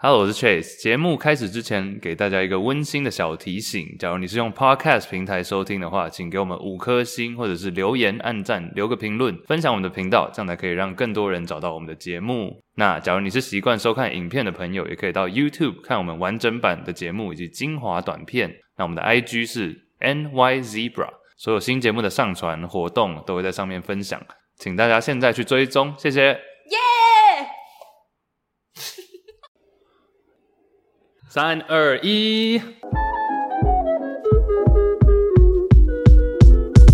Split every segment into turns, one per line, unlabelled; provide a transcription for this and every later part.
Hello，我是 Chase。节目开始之前，给大家一个温馨的小提醒：假如你是用 Podcast 平台收听的话，请给我们五颗星，或者是留言、按赞、留个评论，分享我们的频道，这样才可以让更多人找到我们的节目。那假如你是习惯收看影片的朋友，也可以到 YouTube 看我们完整版的节目以及精华短片。那我们的 IG 是 NYZebra，所有新节目的上传活动都会在上面分享，请大家现在去追踪，谢谢。三二一，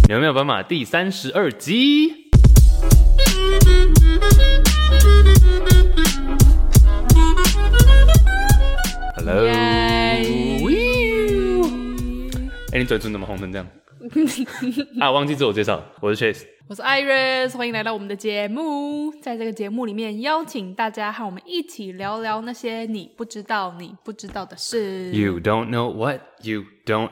有没有斑马第三十二集？Hello，哎、你嘴唇怎么红成这样？啊，忘记自我介绍，我是 Chase。
我是 Iris，欢迎来到我们的节目。在这个节目里面，邀请大家和我们一起聊聊那些你不知道、你不知道的事。
You don't know what you don't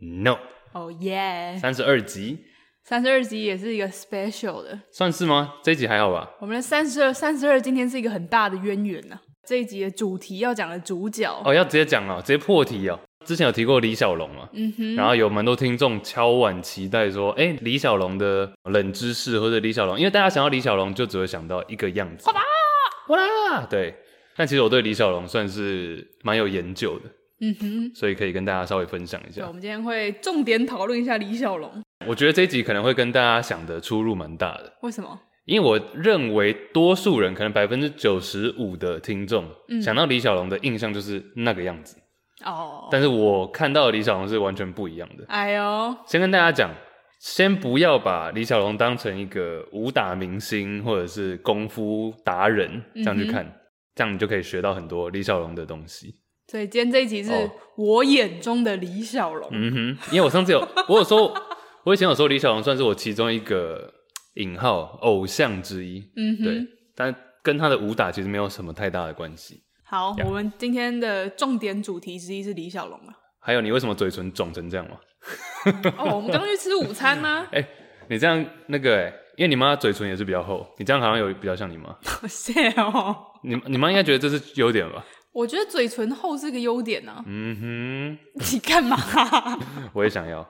know。
哦耶！
三十二集
三十二集也是一个 special 的，
算是吗？这一集还好吧？
我们的三十二、三十二今天是一个很大的渊源呐、这一集的主题要讲的主角，
哦，要直接讲哦，直接破题哦。之前有提过李小龙嘛，
嗯哼，
然后有蛮多听众敲碗期待说，哎、李小龙的冷知识或者李小龙，因为大家想到李小龙就只会想到一个样子，哇啦哇啦，对。但其实我对李小龙算是蛮有研究的，
嗯哼。
所以可以跟大家稍微分享一
对，
下
我。们今天会重点讨论一下李小龙，
我觉得这一集可能会跟大家想的出入蛮大的，
为什么？
因为我认为多数人可能百分之九十五的听众、
嗯
想到李小龙的印象就是那个样子，
哦，
但是我看到的李小龙是完全不一样的。
哎呦，
先跟大家讲，先不要把李小龙当成一个武打明星或者是功夫达人这样
嗯
去看，这样你就可以学到很多李小龙的东西。
所以今天这一集是
哦
我眼中的李小龙，
嗯哼，因为我上次有我有说，我以前有说李小龙算是我其中一个引号偶像之一，
嗯哼，
对，但跟他的武打其实没有什么太大的关系。
好，
Yeah
我们今天的重点主题之一是李小龙 啊。
还有你为什么嘴唇肿成这样吗？
哦，我们刚刚去吃午餐啊呢、
哎、你这样那个哎、因为你妈嘴唇也是比较厚，你这样好像有比较像你妈，
好谢哦。
你你妈应该觉得这是优点吧？
我觉得嘴唇厚是个优点啊。
嗯
你 干嘛、
哼，我也想 要。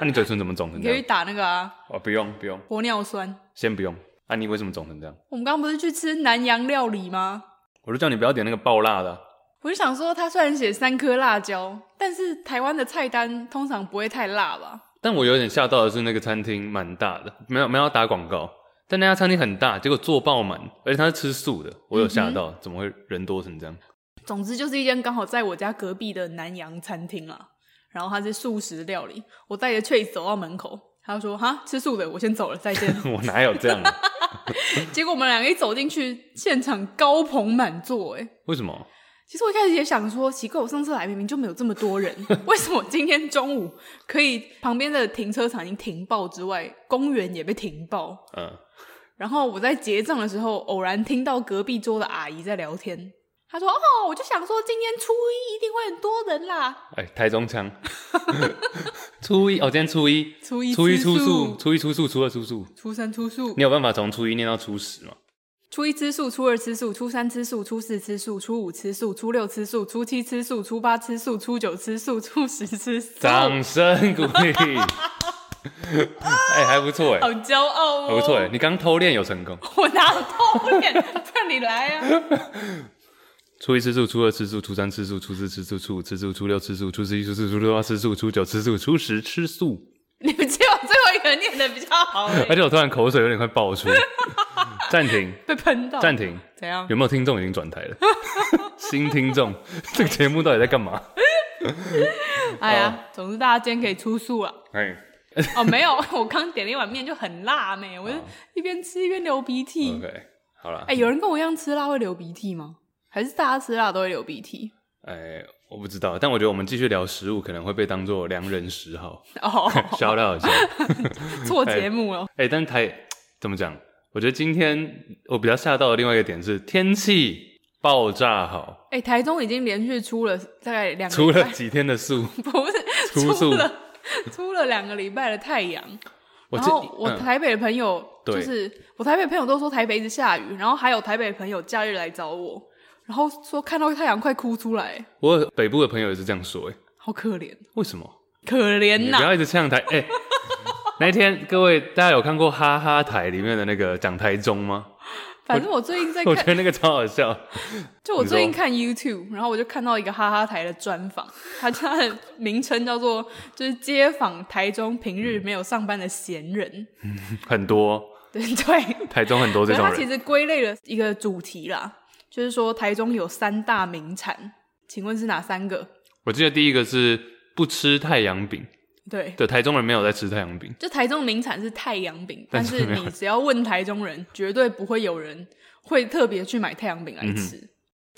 那、你嘴唇怎么肿成
你
这
可以
样？
打那个啊，
哦，不用不用，
玻尿酸。
先不用。啊，你为什么肿成这样？
我们刚刚不是去吃南洋料理吗？
我就叫你不要点那个爆辣的啊、
我就想说，它虽然写三颗辣椒，但是台湾的菜单通常不会太辣吧？
但我有点吓到的是，那个餐厅蛮大的，没有没有要打广告，但那家餐厅很大，结果坐爆满，而且他是吃素的，我有吓到，怎么会人多成这样？
总之就是一间刚好在我家隔壁的南洋餐厅啦。然后它是素食料理，我带着翠走到门口，他就说：“哈，吃素的，我先走了，再见。”
我哪有这样、 啊？
结果我们两个一走进去，现场高朋满座、哎，
为什么？
其实我一开始也想说，奇怪，我上次来明明就没有这么多人，为什么今天中午可以旁边的停车场已经停爆之外，公园也被停爆？
嗯，
然后我在结账的时候，偶然听到隔壁桌的阿姨在聊天，她说：“哦，我就想说今天初一一定会很多人啦，
哎，台中腔。 初一哦，今天初一，
初一
初一
吃
初
素
初一初素，初二初素，
初三吃素
你，有办法从初一念到初十吗？
初一吃素，初二吃素，初三吃素，初四吃素，初五吃素，初六吃素，初七吃素，初八吃素，初九吃素，初十吃素。”
掌声鼓励。 哎、还不错哎、
好骄傲哦！
还不错哎、你刚偷练有成功。
我哪有偷 脸？不然你来啊！
初一吃素，初二吃素，初三吃素，初四吃素，初五吃素，初六吃素，初十一吃素，初六吃素，初九吃素，初十吃素。
你们只有最后一个念的比较好、欸，
而且我突然口水有点快爆 出，暂停，
被喷到。
暂停。
怎样？
有没有听众已经转台 了？新听众，这个节目到底在干嘛？
哎
哦
呀，总之大家今天可以出 宿了。
哎
哦，没有，我刚点了一碗面就很辣没，我就一边吃一边流鼻涕。
哦，OK，好了
哎、。有人跟我一样吃辣会流鼻涕吗？还是大家吃辣都会流鼻涕？
哎，我不知道，但我觉得我们继续聊食物可能会被当做良人十 号
哦，
，shout out 一下。
做节目了。
哎、但台怎么讲？我觉得今天我比较吓到的另外一个点是天气爆炸好，
哎、台中已经连续出了大概两个
除
礼
了
拜，
几天的 树，
不是
出宿
出了出了两个礼拜的太阳。
我
然
这
后我台北的朋友，
嗯对
就是我台北的朋友都说台北一直下雨，然后还有台北的朋友假日来找我，然后说看到太阳快哭出来，
我有北部的朋友也是这样说、欸，哎，
好可怜，哦
为什么？
可怜
你
呐、
不要一直呛台，哎、 那一天各位大家有看过《哈哈台》里面的那个讲台中吗？
反正我最近在
我觉
看，
得那个超好笑，
就我最近
你说
看 YouTube，然后我就看到一个哈哈台的专访，他他的名称叫做就是街访台中平日没有上班的闲人，
很多
对对，
台中很多这
所以
种
它其
人，
实归类了一个主题啦，就是说台中有三大名产，请问是哪三个？
我记得第一个是不吃太阳饼，
对，
对，台中人没有在吃太阳饼，
就台中名产是太阳饼，但
但是
是
没有
你只要问台中人，绝对不会有人会特别去买太阳饼来
嗯
吃。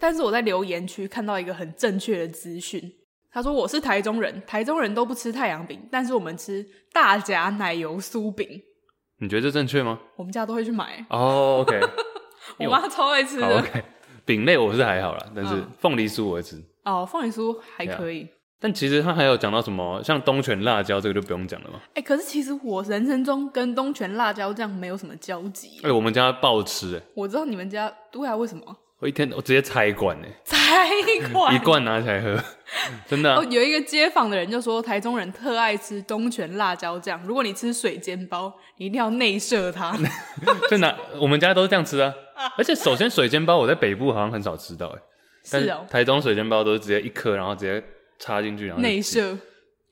但是我在留言区看到一个很正确的资讯，他说我是台中人，台中人都不吃太阳饼，但是我们吃大夹奶油酥饼，
你觉得这正确吗？
我们家都会去买，
哦、o k
我
因为我
妈超爱吃
好
的。
OK，饼类我是还好啦，但是
啊嗯
凤梨酥我会吃。
哦，凤梨酥还可以。
但其实他还有讲到什么，像东泉辣椒这个就不用讲了嘛。
哎、可是其实我人生中跟东泉辣椒酱没有什么交集。
哎、我们家爆吃、欸，
我知道你们家对啊，为什么？
我一天我直接拆罐哎、
才管
一罐拿起来 喝，真的啊、
哦，有一个街坊的人就说，台中人特爱吃东泉辣椒酱。如果你吃水煎包，你一定要内 射它。
啊就拿我们家都是这样吃啊。而且首先水煎包我在北部好像很少吃到哎、但
是哦，
台中水煎包都是直接一颗，然后直接插进去，然后就
内
挤
射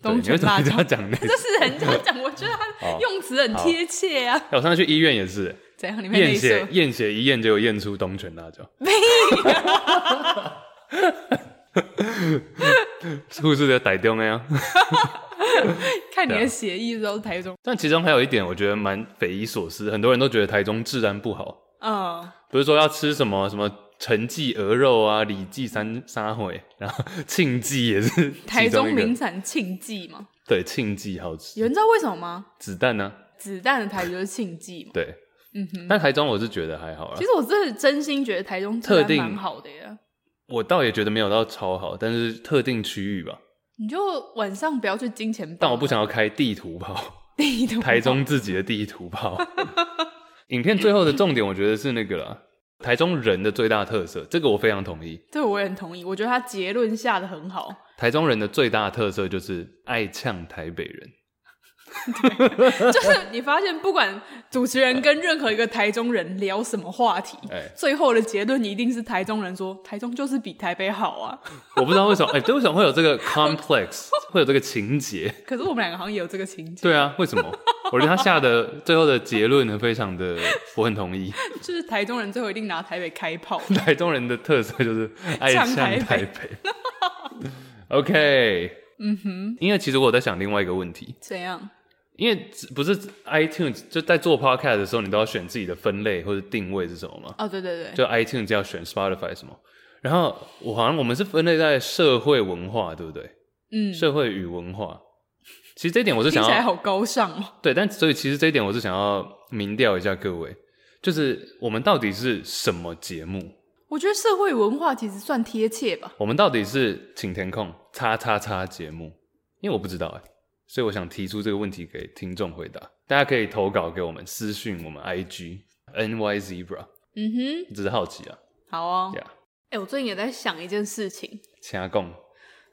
对
东
你为
泉
什么
辣
一定
椒
要。讲内射
这？是人家讲，我觉得他
哦
用词很贴切啊。
哎我上次去医院也是、欸
怎样？你会内
验血
射？
验血一验就有验出东泉辣椒，
没
护士的逮中了呀。
看你
对
的
啊
协议都是台中。
但其中还有一点，我觉得蛮匪夷所思，很多人都觉得台中治安不好，
嗯，
不是说要吃什么什么陈记鹅肉啊、李记三沙烩，然后庆记也是
台
其中
中
一个
名产庆记嘛。
对庆记好吃，
有人知道为什么吗？
子弹呢、
子弹的台语就是庆记嘛。
对，
嗯哼。
但台中我是觉得还好啦
其，实我真的真心觉得台中治
特
安
定
蛮好的耶。
我倒也觉得没有到超好，但是特定区域吧，
你就晚上不要去金钱豹，
但我不想要开地图炮，
地图
台中自己的地图炮。 影片最后的重点，我觉得是那个啦，台中人的最大特色，这个我非常同意。
这我也很同意，我觉得他结论下的 很好，
台中人的最大特色就是爱呛台北人，
就是你发现不管主持人跟任何一个台中人聊什么话题，
哎
最后的结论一定是台中人说台中就是比台北好啊。
我不知道为什么，哎、对，为什么会有这个 complex，会有这个情节？
可是我们两个好像也有这个情节，
对啊，为什么？我觉得他下的最后的结论呢，非常的，我很同意。
就是台中人最后一定拿台北开 炮。
台中人的特色就是爱
呛
呛
台
台
北
北。OK，嗯哼，因为其实我在想另外一个问题，
怎样？
因为只不是 iTunes 就在做 podcast 的时候，你都要选自己的分类或者定位是什么吗？
哦，对对对，
就 iTunes 要选 Spotify 什么？然后我好像我们是分类在社会文化，对不对？
嗯，
社会与文化。其实这一点我是
听
想
起来
要
好高尚哦。
对，但所以其实这一点我是想要明调一下各位，就是我们到底是什么节目？
我觉得社会文化其实算贴切吧。
我们到底是请填空叉叉叉节目？因为我不知道哎、所以我想提出这个问题给听众回答。大家可以投稿给我们，私讯我们 IG NY Zebra，
嗯哼，
只是好奇啊。
好哦。
Yeah，
哎、我最近也在想一件事情，
掐供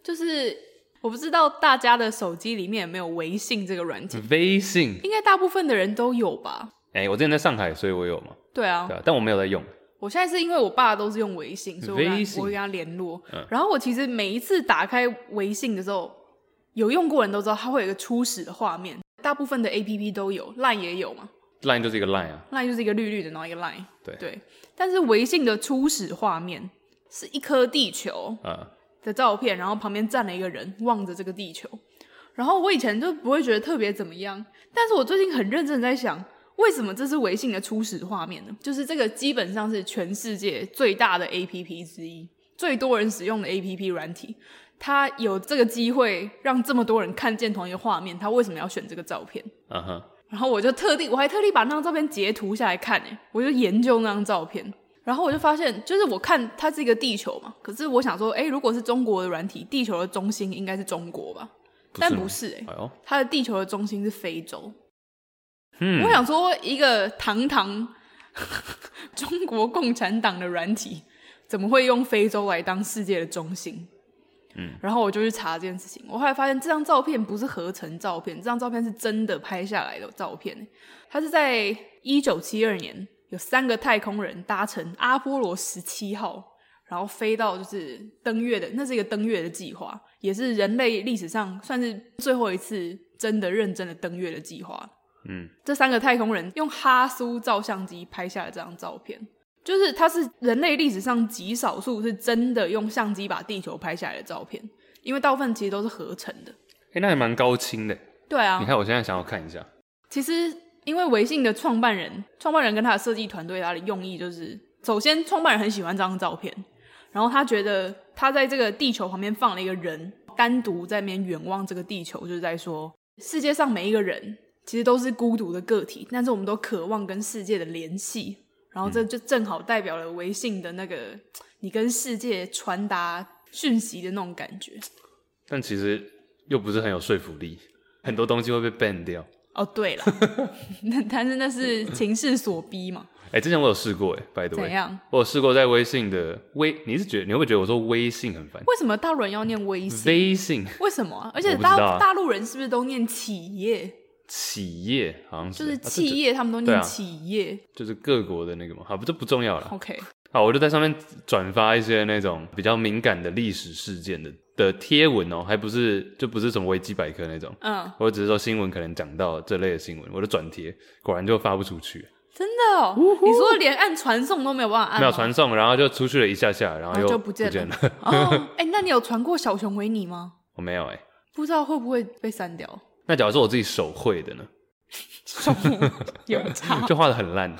就是我不知道大家的手机里面有没有微信这个软件，
微信。
应该大部分的人都有吧？
哎、我之前在上海，所以我有嘛，
对啊，
对啊，但我没有在用。
我现在是因为我爸都是用微信，所以我跟
微
他
信
我会跟他联络。
嗯
然后我其实每一次打开微信的时候，有用过人都知道它会有一个初始的画面，大部分的 A P P 都有，Line 也有嘛
Line 就是一个 Line 啊，
，Line 就是一个绿绿的，然后一个 Line，
对
对。但是微信的初始画面是一颗地球，
啊、
的照片，然后旁边站了一个人望着这个地球。然后我以前就不会觉得特别怎么样，但是我最近很认真地在想，为什么这是微信的初始画面呢？就是这个基本上是全世界最大的 APP 之一，最多人使用的 APP 软体，它有这个机会让这么多人看见同一个画面，它为什么要选这个照片？
嗯哼，
然后我就特地，我还特地把那张照片截图下来看、欸，我就研究那张照片，然后我就发现，就是我看它是一个地球嘛，可是我想说，哎、如果是中国的软体，地球的中心应该是中国吧？但
吗
不是、欸，
哎呦，
它的地球的中心是非洲。
嗯
我想说，一个堂堂中国共产党的软体，怎么会用非洲来当世界的中心？嗯，然后我就去查这件事情，我后来发现这张照片不是合成照片，这张照片是真的拍下来的照片。它是在一九七二年，有三个太空人搭乘阿波罗十七号，然后飞到就是登月的，那是一个登月的计划，也是人类历史上算是最后一次真的认真的登月的计划。
嗯，
这三个太空人用哈苏照相机拍下了这张照片，就是它是人类历史上极少数是真的用相机把地球拍下来的照片，因为大部分其实都是合成的。
哎、那也蛮高清的。
对
你
啊，
看，我现在想要看一下，
其实因为微信的创办人，创办人跟他的设计团队，他的用意就是，首先创办人很喜欢这张照片，然后他觉得他在这个地球旁边放了一个人，单独在那边远望这个地球，就是在说世界上每一个人其实都是孤独的个体，但是我们都渴望跟世界的联系。然后这就正好代表了微信的那个你跟世界传达讯息的那种感觉。
但其实又不是很有说服力，很多东西会被 ban 掉。
哦，对了，那但是那是情势所逼嘛？
哎、之前我有试过、哎，by the
怎
way，
样？
我有试过在微信的微，你是觉得你会不会觉得我说微信很烦？
为什么大陆人要念微信？
微信
为什么啊、而且
我不
大、
知道啊
大陆人是不是都念企业？
企业好像是
就是
啊这
企业，他们都
对
念
啊
企业。
就是各国的那个嘛，好不这不重要了。
OK，
好，我就在上面转发一些那种比较敏感的历史事件的的贴文哦、还不是就不是什么维基百科那种，
嗯，
我只是说新闻可能讲到这类的新闻，我就转贴，果然就发不出去，
真的哦。你说连按传送都没有办法按吗，哦
没有传送，然后就出去了一下下，然后
啊然
又
后就不见
了。
哦。 哎、那你有传过小熊维尼吗？
我没有哎、
不知道会不会被删掉？
那假如说我自己手绘的呢，
有差。
就画的很烂，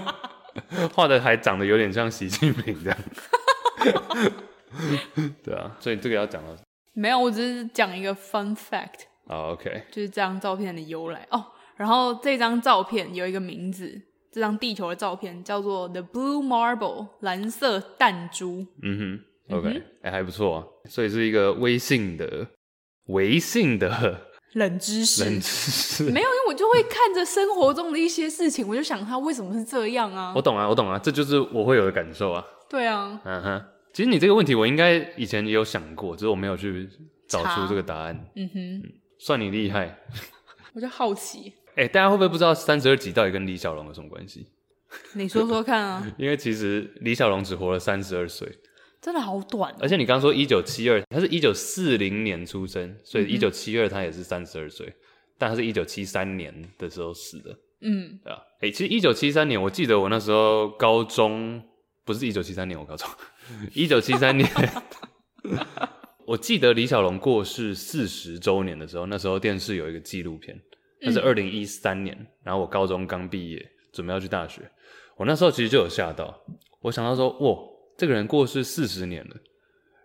画的还长得有点像习近平这样。 对啊，所以这个要讲到
没有，我只是讲一个 fun fact，
啊，OK，
就是这张照片的由来哦。然后这张照片有一个名字，这张地球的照片叫做 The Blue Marble 蓝色弹珠。
嗯哼
嗯
，OK，
哼
哎、还不错、啊，所以是一个微信的微信的
冷知识，
冷知识。
没有，因为我就会看着生活中的一些事情，我就想他为什么是这样啊
我？懂啊，我懂啊，这就是我会有的感受啊。
对啊，
嗯哼，其实你这个问题我应该以前也有想过，只是我没有去找出
查
这个答案。
嗯哼，
算你厉害。
我就好奇，
哎、大家会不会不知道三十二集到底跟李小龙有什么关系？
你说说看 啊，
因为其实李小龙只活了三十二岁，
真的好短
而且你刚说一九七二，他是一九四零年出生，所以一九七二他也是三十二岁，但他是一九七三年的时候死的，
嗯，
对吧、啊？哎、其实一九七三年，我记得我那时候高中，不是一九七三年，我高中，一九七三年， 我记得李小龙过世四十周年的时候，那时候电视有一个纪录片，那是二零一三年，然后我高中刚毕业，准备要去大学，我那时候其实就有吓到，我想到说，哇，这个人过世四十年了，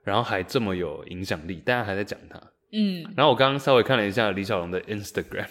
然后还这么有影响力，大家还在讲他。
嗯，
然后我刚刚稍微看了一下李小龙的 Instagram，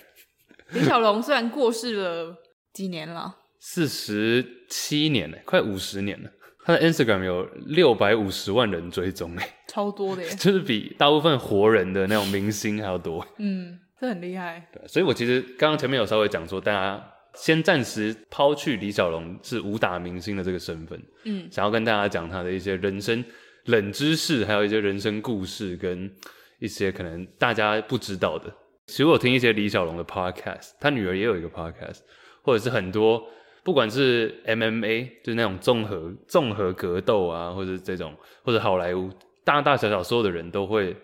李小龙虽然过世了几年了，
四十七年了，快五十年了。他的 Instagram 有六百五十万人追踪， 哎，
超多的耶，
就是比大部分活人的那种明星还要多。
嗯，这很厉害，
对，所以我其实刚刚前面有稍微讲说，大家先暂时抛去李小龙是武打明星的这个身份，
嗯，
想要跟大家讲他的一些人生冷知识，还有一些人生故事，跟一些可能大家不知道的。其实我有听一些李小龙的 podcast，他女儿也有一个 podcast，或者是很多不管是 MMA，就是那种综合综合格斗啊，或者是这种，或者好莱坞，大大小小所有的人都会，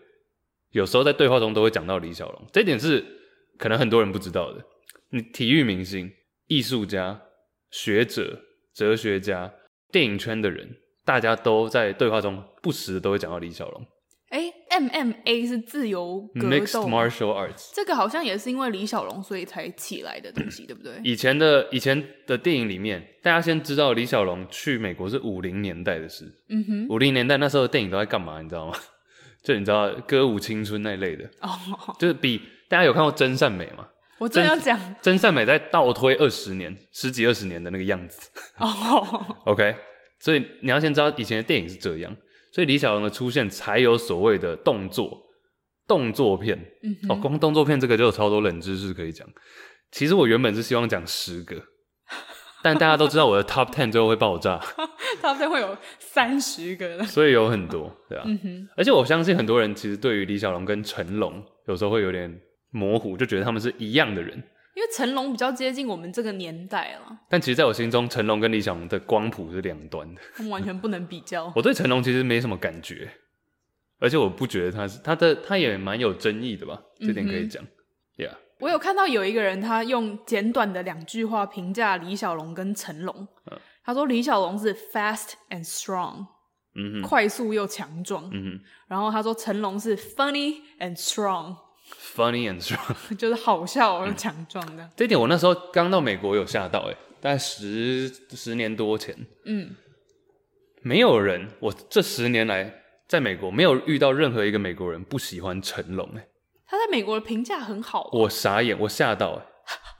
有时候在对话中都会讲到李小龙，这一点是可能很多人不知道的。你体育明星、艺术家、学者、哲学家、电影圈的人，大家都在对话中不时的都会讲到李小龙
哎，MMA 是自由格
，mixed
斗吗，
martial arts。
这个好像也是因为李小龙所以才起来的东 西，对不对？
以前的以前的电影里面，大家先知道李小龙去美国是五零年代的事。
嗯哼，
五零年代那时候的电影都在干嘛，你知道吗？就你知道歌舞青春那一类的，
哦，
就是比大家有看过《真善美》吗？
我真的要讲
《真善美》在倒推二十年、十几二十年的那个样子。
哦，
OK，所以你要先知道以前的电影是这样，所以李小龙的出现才有所谓的动作动作片。
嗯
哦，
哼，
光 动作片这个就有超多冷知识可以讲。其实我原本是希望讲十个，但大家都知道我的 top ten 最后会爆炸，
他们会有三十个的。
所以有很多，对
嗯
啊。而且我相信很多人其实对于李小龙跟成龙有时候会有点模糊，就觉得他们是一样的人。
因为成龙比较接近我们这个年代了，
但其实，在我心中，成龙跟李小龙的光谱是两端的。
他们完全不能比较。
我对成龙其实没什么感觉，而且我不觉得他是他的，他也蛮有争议的吧，这点可以讲。Yeah，
我有看到有一个人，他用简短的两句话评价李小龙跟成龙。他说李小龙是 fast and strong，、
嗯哼，
快速又强壮。
嗯
然后他说成龙是 funny and strong，
哼 ，funny and strong。
就是好笑
嗯
又强壮的。
这一点我那时候刚到美国有吓到、欸，大概十十年多前，
嗯，
没有人，我这十年来在美国没有遇到任何一个美国人不喜欢成龙、欸，
他在美国的评价很好。啊
我傻眼，我吓 到、欸，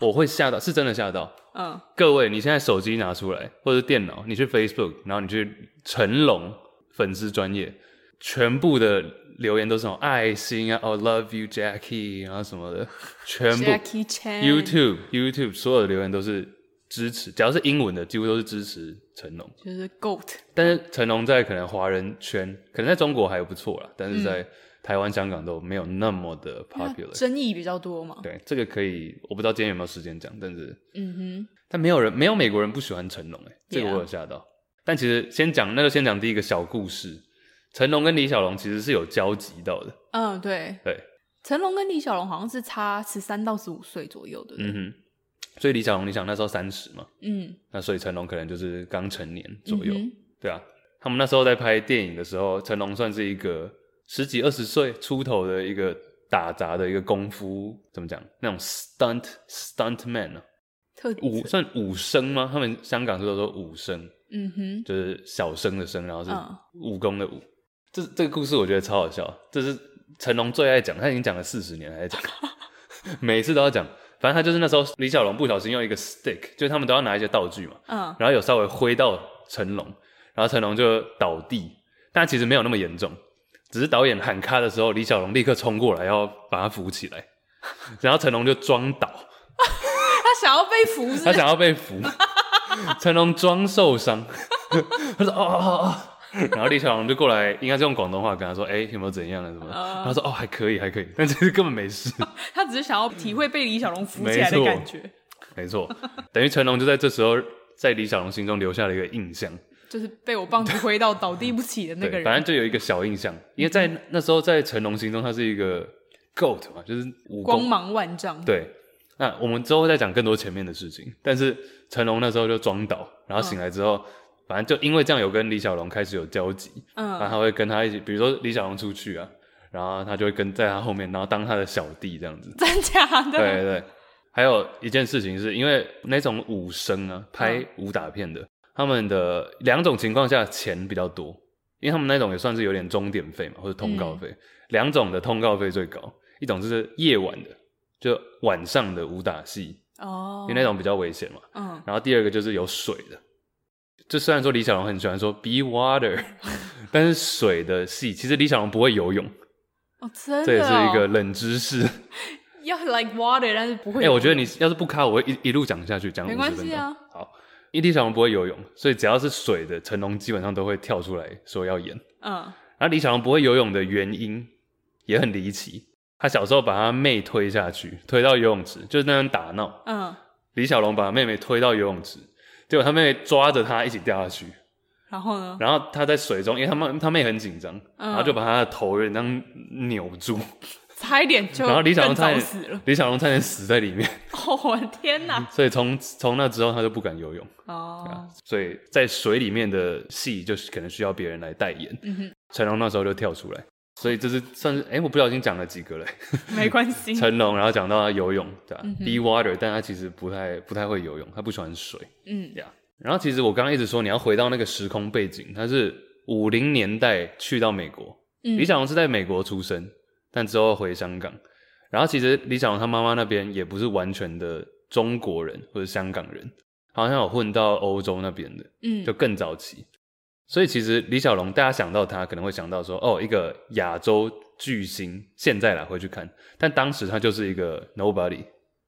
我会吓到，是真的吓到。
嗯，
各位，你现在手机拿出来，或者电脑，你去 Facebook，然后你去成龙粉丝专业，全部的留言都是那种爱心啊，Oh love you Jackie，然后什么 的，全部
Jackie Chan
YouTube YouTube 所有的留言都是支持，只要是英文的，几乎都是支持成龙。
就是 goat。
但是成龙在可能华人圈，可能在中国还不错啦，但是
嗯
在台湾、香港都没有那么的
因为
popular。
争议比较多嘛。
对，这个可以，我不知道今天有没有时间讲，但是
嗯
但没有人，没有美国人不喜欢成龙，哎，这个
Yeah
我有吓到。但其实先讲那就先讲第一个小故事，成龙跟李小龙其实是有交集到的，
哼，嗯，对，
对，
成龙跟李小龙好像是差十三到十五岁左右，对不
嗯
对？
哼。所以李小龙，你想那时候三十嘛，
嗯，
那所以成龙可能就是刚成年左右，
嗯
对啊。他们那时候在拍电影的时候，成龙算是一个十几二十岁出头的一个打杂的一个功夫，怎么讲？那种 stunt stunt man 啊，
特
武算武生吗？他们香港是都说武生，
嗯哼，
就是小生的生，然后是
嗯
武功的武。这这个故事我觉得超好笑，这是成龙最爱讲，他已经讲了四十年了还在讲，每次都要讲。反正他就是那时候李小龙不小心用一个 stick，就是他们都要拿一些道具嘛，
嗯，
然后有稍微挥到成龙，然后成龙就倒地，但其实没有那么严重，只是导演喊咔的时候，李小龙立刻冲过来要把他扶起来，然后成龙就装倒，
他想要被扶 是
他想要被 扶，成龙装受伤， 他说哦哦哦哦。然后李小龙就过来，应该是用广东话跟他说：“哎、有没有怎样了什么的？”他说：“哦，还可以，还可以。”但其实根本没 事。
他只是想要体会被李小龙扶起来的感觉，
没错，等于成龙就在这时候在李小龙心中留下了一个印象。
就是被我棒子挥到倒地不起的那个
对，
人。
反正就有一个小印象，因为在那时候在成龙心中他是一个 goat 嘛，就是武
光
功。
芒万丈，
对，那我们之后再讲更多前面的事情。但是成龙那时候就装倒，然后醒来之后，反正就因为这样有跟李小龙开始有交集，然后
嗯，
他会跟他一起，比如说李小龙出去啊，然后他就会跟在他后面，然后当他的小弟这样子。
真假 的？
对对对，还有一件事情是因为那种武生啊，拍武打片
嗯
的，他们的两种情况下钱比较多，因为他们那种也算是有点钟点费嘛，或者通告
嗯
费，两、种的通告费最高，一种就是夜晚的，就晚上的武打戏，
哦
因，为那种比较危险嘛。
嗯，
然后第二个就是有水的，就虽然说李小龙很喜欢说 “be water”，但 是水的戏其实李小龙不会游泳，
哦，真的哦，
这也是一个冷知识。
要 like water，但是不
哎、
会。
我觉得你要是不卡，我会一一路讲下去，讲五
没
十
关
分钟。
系啊，
好，因为李小龙不会游泳，所以只要是水的，成龙基本上都会跳出来说要演。
嗯，
然后李小龙不会游泳的原因也很离奇，他小时候把他妹推下去，推到游泳池，就是那样打闹。
嗯，
李小龙把妹妹推到游泳池，结果他妹妹抓着他一起掉下去，
然后呢？
然后他在水中，因为他妹他妹很紧张，
嗯
然后就把他的头有点这样扭住，
差一点就
然后李小龙
更
差
早
点
死了。
李小龙差点死在里面，
哦，我的天哪！
所以从从那之后他就不敢游泳。
哦，
啊所以在水里面的戏就是可能需要别人来代言。
嗯哼，
成龙那时候就跳出来，所以这是算是哎、诶我不小心讲了几个 嘞。
没关系。
成龙，然后讲到他游泳，对吧、b
嗯
e water，但他其实不太不太会游泳，他不喜欢水
嗯
呀。然后其实我刚刚一直说你要回到那个时空背景，他是五零年代去到美国，
嗯，
李小龙是在美国出生，但之后回香港。然后其实李小龙他妈妈那边也不是完全的中国人或者香港人，好像有混到欧洲那边的。
嗯
就更早期。所以其实李小龙，大家想到他可能会想到说，哦，一个亚洲巨星，现在来回去看，但当时他就是一个 nobody，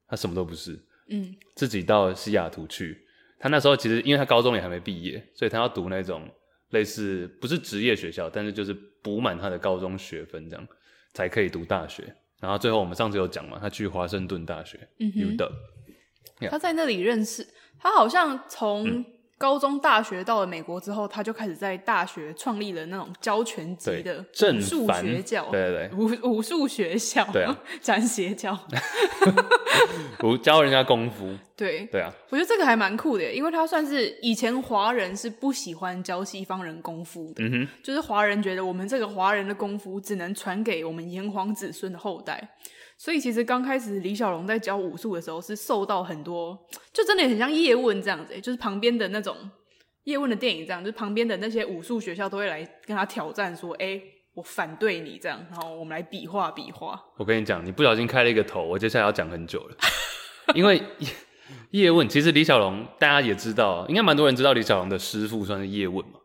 他什么都不是，
嗯
自己到西雅图去，他那时候其实因为他高中也还没毕业，所以他要读那种类似不是职业学校，但是就是补满他的高中学分这样才可以读大学。然后最后我们上次有讲嘛，他去华盛顿大学
嗯哼
U 的，Yeah 嗯
他在那里认识，他好像从高中、大学到了美国之后，他就开始在大学创立了那种教拳击
对
的
正
武术
反
学校，
对对
武武术学校，
对啊，
斩邪 教，
对，我教人家功夫，
对。
对啊，
我觉得这个还蛮酷的耶，因为他算是以前华人是不喜欢教西方人功夫的，
嗯哼，
就是华人觉得我们这个华人的功夫只能传给我们炎黄子孙的后代，所以其实刚开始李小龙在教武术的时候是受到很多，就真的很像叶问这样子、就是旁边的那种叶问的电影这样，就是旁边的那些武术学校都会来跟他挑战说，哎、我反对你这样，然后我们来比划比划。
我跟你讲，你不小心开了一个头，我接下来要讲很久了， 因为叶叶问其实李小龙大家也知道，应该蛮多人知道李小龙的师傅算是叶问嘛。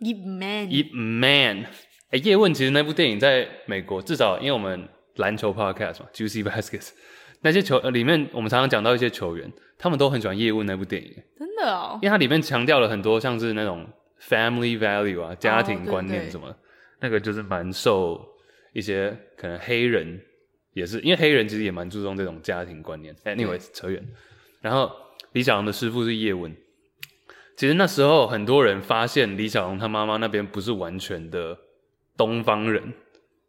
一 man，
Ip Man。哎、叶问其实那部电影在美国，至少因为我们篮球 podcast 嘛，Juicy Baskets 那些球呃里面，我们常常讲到一些球员，他们都很喜欢叶问那部电影，
真的哦
因，为它里面强调了很多像是那种 family value 啊、家庭观
对
念
哦对
什么的，那个就是蛮受一些可能黑人也是，因为黑人其实也蛮注重这种家庭观念。Anyway，扯远。然后李小龙的师傅是叶问，其实那时候很多人发现李小龙他妈妈那边不是完全的东方人、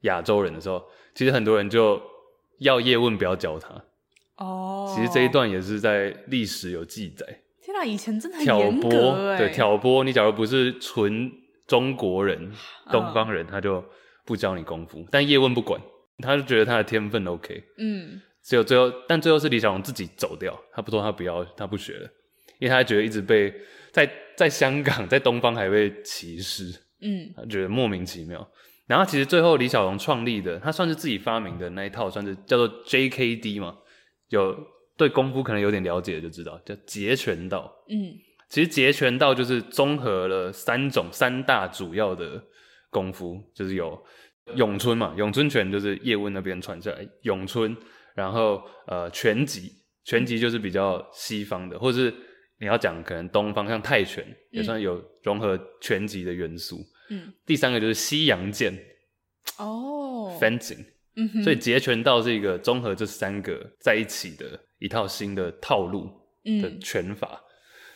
亚洲人的时候，其实很多人就要叶问不要教他。
哦，
其实这一段也是在历史有记载。
天哪，以前 真的很
挑
严
拨，
格哎、
对挑拨。你假如不是纯中国人、
嗯
东方人，他就不教你功夫。但叶问不管，他就觉得他的天分 OK。
嗯，
只有最后，但最后是李小龙自己走掉，他不说他不要，他不学了，因为他觉得一直被在在香港、在东方还被歧视，
嗯
他觉得莫名其妙。然后其实最后李小龙创立的，他算是自己发明的那一套，算是叫做 JKD 嘛，有对功夫可能有点了解的就知道，叫截拳道。
嗯
其实截拳道就是综合了三种三大主要的功夫，就是有咏春嘛，咏春拳就是叶问那边传下来咏春，然后呃拳击，拳击就是比较西方的，或是你要讲可能东方，像泰拳也算有融合拳击的元素。
嗯，
第三个就是西洋剑
哦，
fencing，
嗯哼，
所以截拳道是一个综合这三个在一起的一套新的套路。的
嗯
拳法。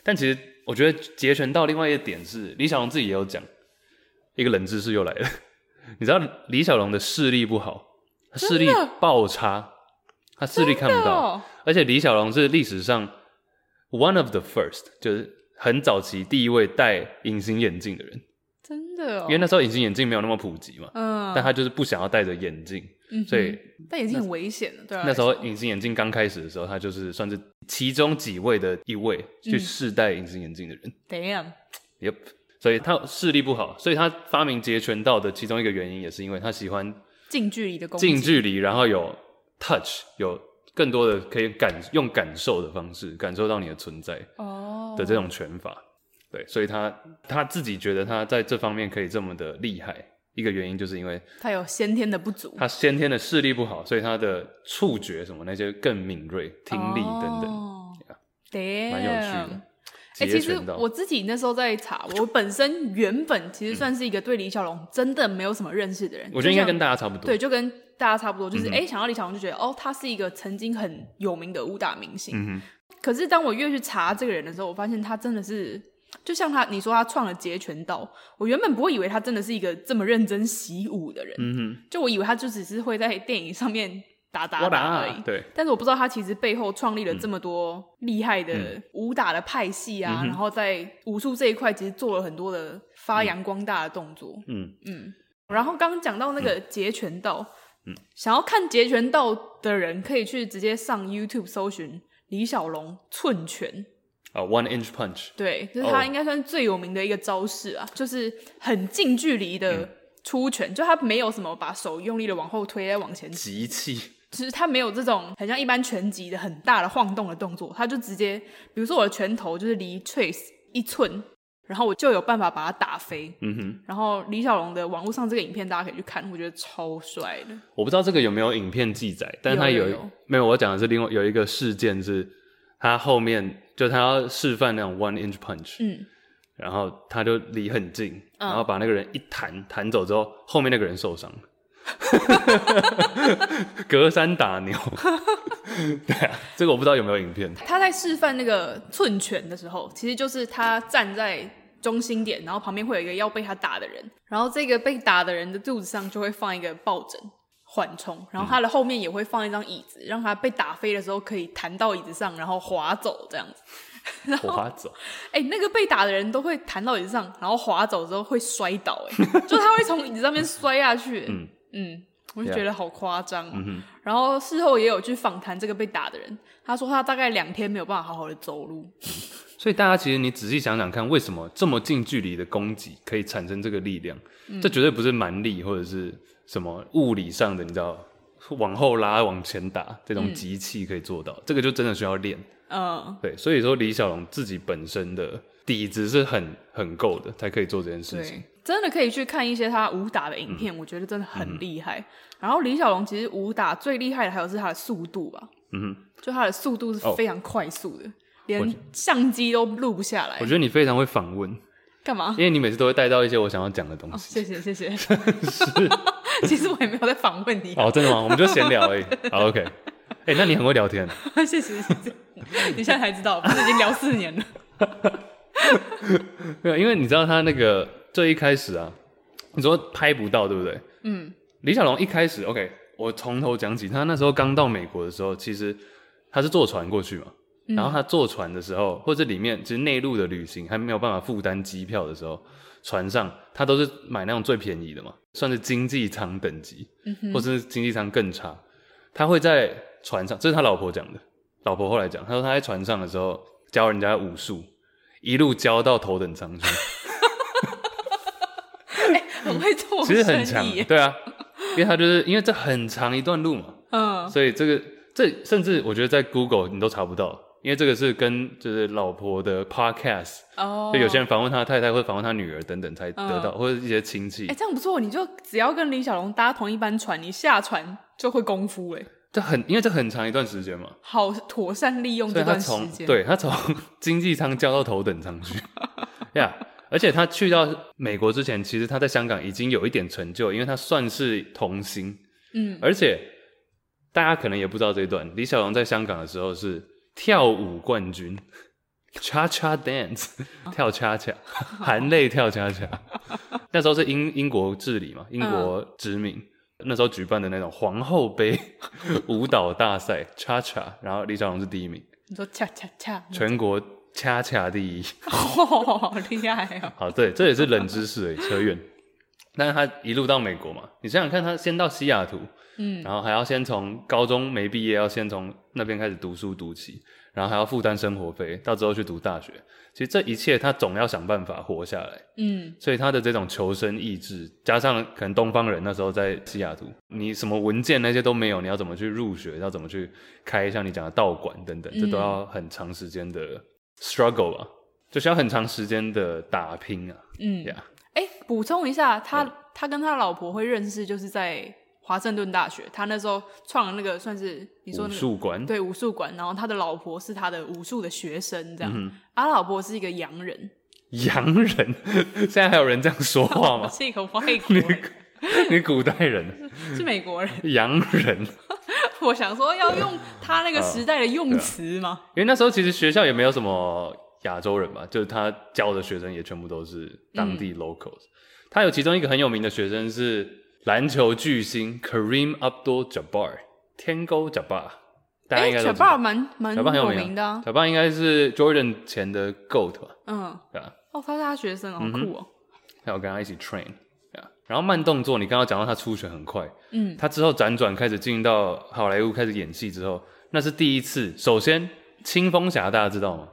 但其实我觉得截拳道另外一个点是，李小龙自己也有讲，一个冷知识又来了。 你知道李小龙的视力不好，他视力
真的
爆差，他视力看不到，
哦
而且李小龙是历史上 one of the first，就是很早期第一位戴隐形眼镜的人，
真的哦，
因为那时候隐形眼镜没有那么普及嘛，
嗯，
但他就是不想要戴着眼镜，
嗯哼
所以
但也是很危险的，对啊，
那时候隐形眼镜刚开始的时候，他就是算是其中几位的一位
嗯
去试戴隐形眼镜的人。
damn，
Yep，所以他视力不好，所以他发明截拳道的其中一个原因，也是因为他喜欢
近距离的攻击，
近距离，然后有 touch，有更多的可以感用感受的方式感受到你的存在
哦
的这种拳法。对，所以他他自己觉得他在这方面可以这么的厉害，一个原因就是因为
他有先天的不足，
他先天的视力不好，所以他的触觉什么那些更敏锐，听力等等，
哦 damn，
蛮、有趣的。截
哎、其实
拳道，
我自己那时候在查，我本身原本其实算是一个对李小龙真的没有什么认识的人，
我觉得应该跟
大
大家差不多。
对，就跟大家差不多，就是
嗯
哎、
哼
诶想到李小龙就觉得哦，他是一个曾经很有名的武打明星，
嗯哼，
可是当我越去查这个人的时候，我发现他真的是，就像他你说他创了截拳道，我原本不会以为他真的是一个这么认真习武的人，
嗯哼。
就我以为他就只是会在电影上面打打
我
打而已。
对，
但是我不知道他其实背后创立了这么多厉害的
嗯
武打的派系啊，
嗯哼
然后在武术这一块其实做了很多的发扬光大的动作。
嗯，
嗯，然后刚刚讲到那个截拳道，
嗯，
想要看截拳道的人可以去直接上 YouTube 搜寻李小龙寸拳，
啊，one inch punch，
对，就是
哦
他应该算是最有名的一个招式啊，就是很近距
嗯
离的出拳，就他没有什么把手用力的往后推再往前
集气，
其实他没有这种很像一般拳击的很大的晃动的动作，他就直接，比如说我的拳头就是离 Trace 一寸，然后我就有办法把它打飞。
嗯哼，
然后李小龙的网络上这个影片大家可以去看，我觉得超帅的。
我不知道这个有没有影片记载，但是它
有有
有一
有
没有？我讲的是另外有一个事件是，他后面就他要示范那种 one inch punch，
嗯，
然后他就离很近，
嗯
然后把那个人一弹弹走之后，后面那个人受 伤，隔山打 牛。对啊，这个我不知道有没有影片。
他在示范那个寸拳的时候，其实就是他站在中心点，然后旁边会有一个要被他打的人，然后这个被打的人的肚子上就会放一个抱枕缓冲，然后他的后面也会放一张椅子，让他被打飞的时候可以弹到椅子上，然后滑走这样子。
火花走，
哎、那个被打的人都会弹到椅子上，然后滑走之后会摔倒、哎，就他会从椅子上面摔下去。
嗯啊
嗯，我就觉得好夸张、哦。
嗯
然后事后也有去访谈这个被打的人，他说他大概两天没有办法好好的走路。
哼，所以大家其实你仔细想想看，为什么这么近距离的攻击可以产生这个力量？这绝对不是蛮力或者是什么物理上的，你知道，往后拉、往前打这种机器可以做到，这个就真的需要练。
嗯，
对，所以说李小龙自己本身的底子是很很够的，嗯才可以做这件事情。
对，真的可以去看一些他武打的影片，我觉得真的很厉害。然后李小龙其实武打最厉害的还有是他的速度吧，
嗯哼，
就他的速度是
哦
非常快速的，
我
连相机都录不下来
我。觉得你非常会访问，
干嘛？
因为你每次都会带到一些我想要讲的东
哦，
西。
谢 谢谢谢。 其实我也没有在访问你，
哦，真的吗？我们就闲聊而已。好，OK。哎、那你很会聊天，
谢谢谢谢。 你现在才知道，不是已经聊四年了？
没有？因为你知道他那个最一开始啊，你说拍不到，对不对？
嗯
李小龙一开始，OK，我从头讲起。他那时候刚到美国的时候，其实他是坐船过去嘛。然后他坐船的时候，或者里面其实内陆的旅行还没有办法负担机票的时候，船上他都是买那种最便宜的嘛，算是经济舱等级，或者是经济舱更差。他会在船上，这是他老婆讲的，老婆后来讲，他说他在船上的时候教人家武术，一路教到头等 舱去。
很会做
其实很
哦生
长
意，耶。
对啊，因为他就是因为这很长一段路嘛，
嗯，
所以这个这甚至我觉得在 Google 你都查不到，因为这个是跟就是老婆的 podcast，、
哦，
就有些人访问他太太或者访问他女儿等等才得到，或者一些亲戚
哎、，这样不错，你就只要跟李小龙搭同一班船，你下船就会功夫哎，
这很因为这很长一段时间嘛，
好妥善利用
所
这
以他
段时
从
间。，
对他从 经济舱教到头等舱去， 呀、而且他去到美国之前，其实他在香港已经有一点成就，因为他算是童星，
嗯，
而且大家可能也不知道这一段，李小龙在香港的时候是跳舞冠军，cha cha dance，跳
哦
恰恰， 含泪跳恰恰。 那时候是英英国治理
嗯
嘛，英国殖民。那时候举办的那种皇后杯 舞蹈大赛，cha cha，然后李小龙是第一名，
你说恰恰恰，
全国恰恰第一。
哦，好厉害哦！
好，对，这也是冷知识而已，欸扯远。但是他一路到美国嘛，你想想看，他先到西雅图，
嗯，
然后还要先从高中没毕业，要先从那边开始读书读起，然后还要负担生活费，到之后去读大学。其实这一切他总要想办法活下来，
嗯，
所以他的这种求生意志，加上可能东方人那时候在西雅图，你什么文件那些都没有，你要怎么去入学，要怎么去开像你讲的道馆等
嗯
等，这都要很长时间的 struggle 吧，就是要很长时间的打拼啊，
嗯
呀、
哎、补充一下，他他跟他老婆会认识，就是在华盛顿大学，他那时候创了那个算是你说
武
那个。
术馆，
对武术馆，然后他的老婆是他的武术的学生，这样。
嗯
他老婆是一个洋人，
洋人， 现在还有人这样说话 吗？
是一个外国人，
你古代人，
是美国人。
洋人，因
我想说要用他那
啊
个时代的用词吗？
为那时候其实学校也没有什么亚洲人嘛，就是他教的学生也全部都是当地 locals。他有其中一个很有名的学生是篮球巨星 Kareem Abdul Jabbar，天勾 Jabbar，大啊家
哎
应该都
小
知道
爸。蛮蛮
Jabbar 很有
有
名
名的、啊，
，Jabbar 应该是 Jordan 前的 GOAT 吧，
嗯，
对吧？
哦，他是他学生，好
嗯
酷哦，
还有跟他一起 train，对啊。然后慢动作，你刚刚讲到他出拳很快，
嗯
他之后辗转开始进到好莱坞开始演戏之后，那是第一次。首先，《青蜂侠》大家知道吗？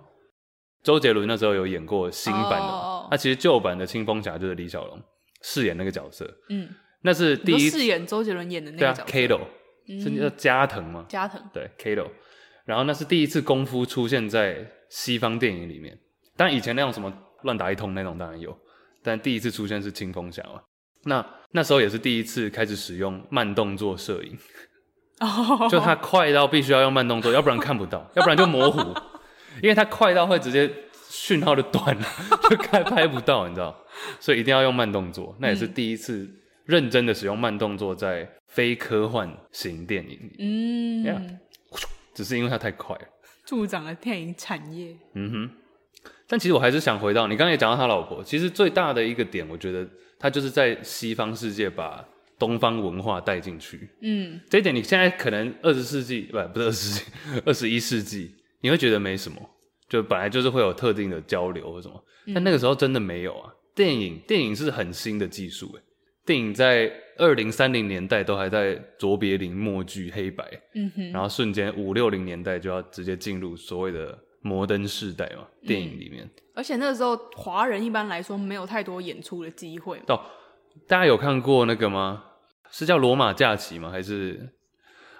周杰伦那时候有演过新版的嘛，那、
哦哦哦
其实旧版的《青蜂侠》就是李小龙饰演那个角色，
嗯，
那是第
你说
一
饰演周杰伦演的那
对
个
啊
角色，
，Kato 是叫加藤吗？
加藤，
对，Kato。然后那是第一次功夫出现在西方电影里面，但以前那种什么乱打一通那种当然有，但第一次出现是清风侠嘛。那那时候也是第一次开始使用慢动作摄影，
哦，
就它快到必须要用慢动作，要不然看不到，要不然就模糊。因为它快到会直接讯号就断了， 就开拍不到，你知道，所以一定要用慢动作。那也是第一次认真的使用慢动作在非科幻型电影里，
嗯
Yeah 只是因为它太快了。
助长了电影产业。
嗯哼，但其实我还是想回到你刚才也讲到他老婆，其实最大的一个点，我觉得他就是在西方世界把东方文化带进去。
嗯，
这一点你现在可能二十世纪不不是二十世纪， 二十一世纪，你会觉得没什么，就本来就是会有特定的交流或什么，但那个时候真的没有啊。电影电影是很新的技术，诶，电影在二零三零年代都还在卓别林默剧黑白，
嗯哼，
然后瞬间五六零年代就要直接进入所谓的摩登世代嘛，电影里面。
而且那个时候华人一般来说没有太多演出的机会嘛。
哦，大家有看过那个吗？是叫《罗马假期》吗？还是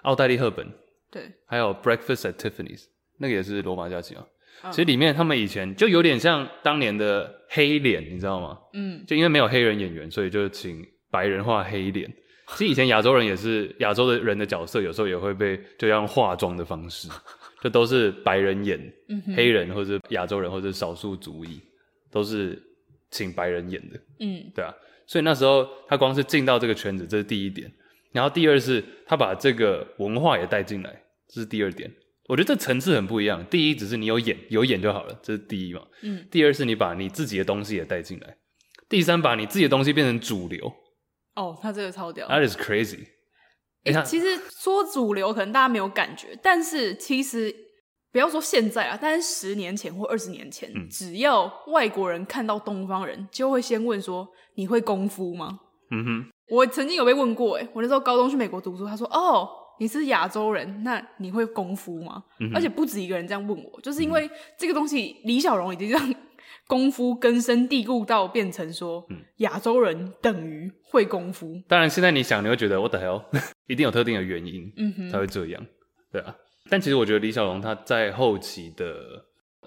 奥黛丽·赫本？
对，
还有《Breakfast at Tiffany's》，那个也是罗马假期啊。
嗯
其实里面他们以前就有点像当年的黑脸，你知道吗？
嗯
就因为没有黑人演员，所以就请白人画黑脸。其实以前亚洲人也是亚洲的人的角色，有时候也会被就要用化妆的方 式，就都是白人演
嗯哼
黑人，或是亚洲人，或者少数族裔，都是请白人演的。
嗯
对啊，所以那时候他光是进到这个圈子，这是第一点。然后第二是他把这个文化也带进来，这是第二点。我觉得这层次很不一样。第一只是你有演，有演就好了，这是第一嘛。
嗯。
第二是你把你自己的东西也带进来。第三，把你自己的东西变成主流
哦，他这个超屌。
，That is crazy。
欸
啊你看，
其实说主流，可能大家没有感觉，但是其实不要说现在啊，但是十年前或二十年前，
嗯
只要外国人看到东方人，就会先问说：“你会功夫吗
嗯哼，？”
我曾经有被问过、欸，我那时候高中去美国读书，他说：“哦，你是亚洲人，那你会功夫吗？”
嗯哼嗯
而且不止一个人这样问我，就是因为这个东西，李小龙已经让功夫根深蒂固到变成说，
嗯
亚洲人等于会功夫。
当然现在你想，你会觉得 What the hell？一 定有特定的原因。
嗯哼，
才会这样，对啊。但其实我觉得李小龙他在后期的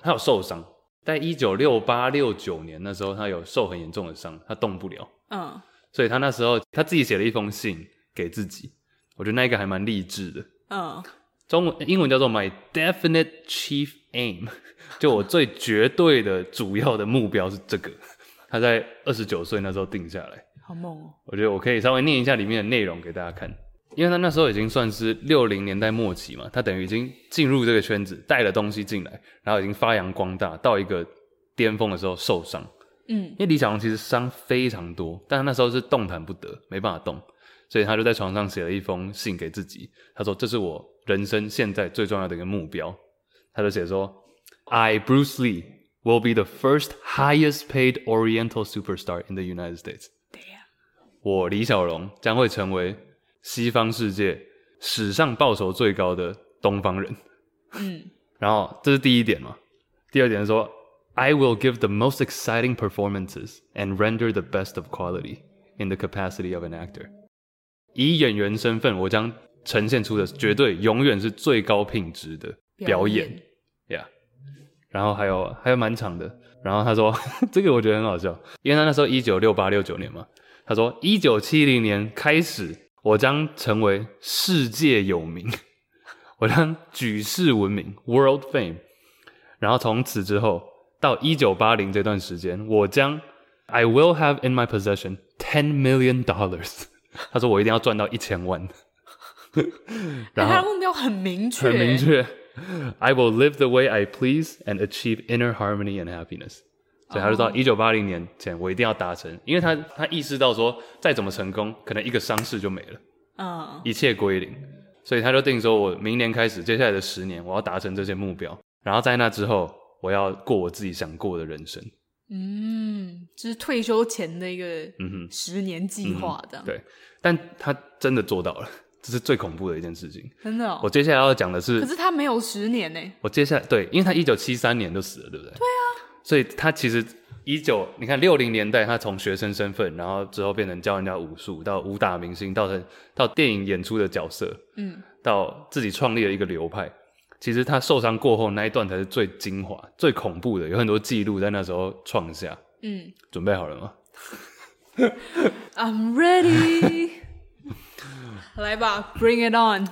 他有受伤，在一九六八六九年那时候他有受很严重的伤，他动不了，
嗯
所以他那时候他自己写了一封信给自己，我觉得那一个还蛮励志的。
嗯
中文英文叫做 My Definite Chief Aim，就 我最绝对的主要的目标是这个。他在二十九岁那时候定下来，
好猛哦、
我觉得我可以稍微念一下里面的内容给大家看，因为他那时候已经算是六零年代末期嘛，他等于已经进入这个圈子，带了东西进来，然后已经发扬光大，到一个巅峰的时候受伤。
嗯
因为李小龙其实伤非常多，但他那时候是动弹不得，没办法动，所以他就在床上写了一封信给自己，他说：“这是我人生现在最重要的一个目标。”他就写说：“I Bruce Lee will be the first highest paid Oriental superstar in the United States。”我李小龙将会成为西方世界史上报酬最高的东方人。
嗯
然后这是第一点嘛。第二点是说，I will give the most exciting performances and render the best of quality in the capacity of an actor。以演员身份，我将呈现出的绝对永远是最高品质的表演。Yeah，然后还有还有蛮长的。然后他说 这个我觉得很好笑，因为他那时候一九六八六九年嘛，他说一九七零年开始，我将成为世界有名，我将举世闻名 （world fame）。然后从此之后到一九八零这段时间，我将 I will have in my possession ten million dollars。他说我一定要赚到一千万。
哎
然后
他的目标很明确，
很明。确。I will live the way I please and achieve inner harmony and happiness。所以他就到一九八零年前，我一定要达成，因为他他意识到说，再怎么成功，可能一个伤势就没了，
嗯
一切归零。所以他就定说，我明年开始，接下来的十年，我要达成这些目标。然后在那之后，我要过我自己想过的人生。
嗯，就是退休前的一个
嗯哼，嗯
十年计划，这样、
对。但他真的做到了，这是最恐怖的一件事情。
真的、哦。
我接下来要讲的是，
可是他没有十年呢、
我接下来对，因为他一九七三年就死了，对不对？对啊，所以他其实一九，你看六零年代，他从学生身份，然后之后变成教人家武术，到武打明星，到成到电影演出的角色，
嗯，
到自己创立了一个流派。其实他受伤过后那一段才是最精华、最恐怖的，有很多记录在那时候创下。
嗯
准备好了吗？
，I'm ready，来吧，Bring it on。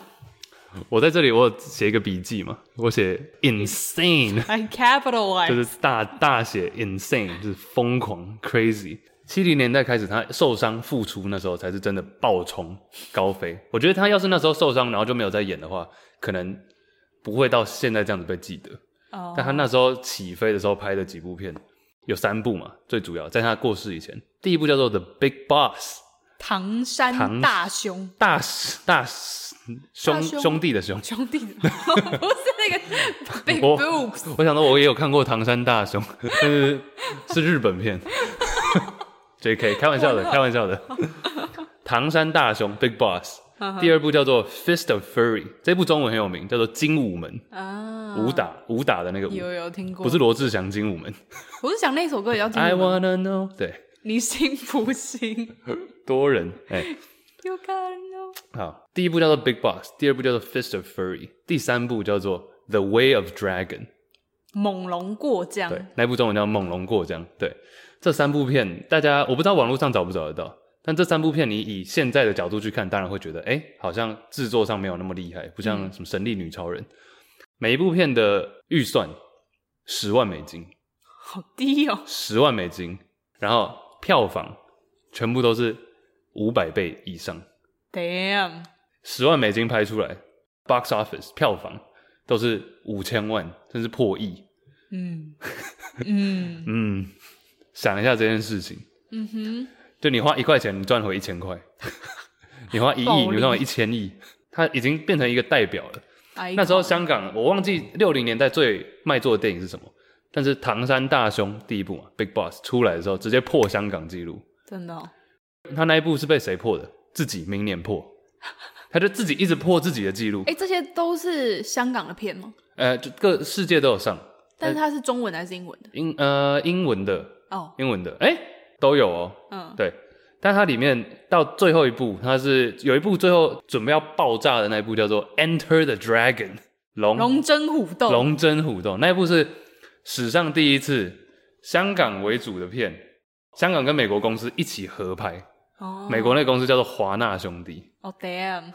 我在这里我有写一个笔记嘛，我写 insane，
I capitalize，
就是大大写 insane，就是疯狂 crazy。七零年代开始，他受伤复出，那时候才是真的爆冲高飞。我觉得他要是那时候受伤，然后就没有再演的话，可能不会到现在这样子被记得。
哦
但他那时候起飞的时候拍的几部片，有三部嘛，最主要在他过世以前，第一部叫做《The Big Boss》，
唐
唐
山大兄
大师大师兄
大兄
兄弟的兄。
兄弟， 不是 那个 big
我
boobs，
我想到我也有看过《唐山大兄》，但 是是日本片。J.K. 开玩笑的，开玩笑的。唐山大兄 Big Boss，第二
嗯
部叫做《Fist of Fury》，这部中文很有名，叫做《精武门》，
啊，
武打武打的那个武，
有有听过，
不是罗志祥《精武门》。
我是想那首歌也要听
I
吗，
wanna know，对，
你信不信
多人哎、
？You can know，
好，第一部叫做《Big Boss》，第二部叫做《Fist of Fury》，第三部叫做《The Way of Dragon》。
猛龙过江，
对，那部中文叫《猛龙过江》。对，这三部片，大家我不知道网络上找不找得到，但这三部片你以现在的角度去看，当然会觉得，哎、好像制作上没有那么厉害，不像什么《神力女超人》每一部片的预算十万美金，
好低哦，
十万美金，然后票房全部都是五百倍以上，
Damn，
十万美金拍出来，box office 票房都是五千万，甚至破亿。
嗯嗯
嗯，想一下这件事情，
嗯哼，
就你花一块钱，你赚回一千 块；你花一
暴
亿，
利
你赚回一千亿。它已经变成一个代表了。
哎
那时候香港，我忘记六零年代最卖座的电影是什么，但是《唐山大兄》第一部嘛，《Big Boss》出来的时候，直接破香港纪录。
真的哦，
他那一部是被谁破的？自己明年破，他就自己一直破自己的纪录。
哎，这些都是香港的片吗？
呃，就各世界都有上
但是它是中文还是英文的？
英呃英文的
哦，
英文的，哎、都有哦。
嗯，
对，但它里面到最后一部，它是有一部最后准备要爆炸的那一部叫做《Enter the Dragon》龙
龙争虎斗，
龙争虎斗，那一部是史上第一次香港为主的片，香港跟美国公司一起合拍，
哦，
美国那个公司叫做华纳兄弟，
哦，Damn，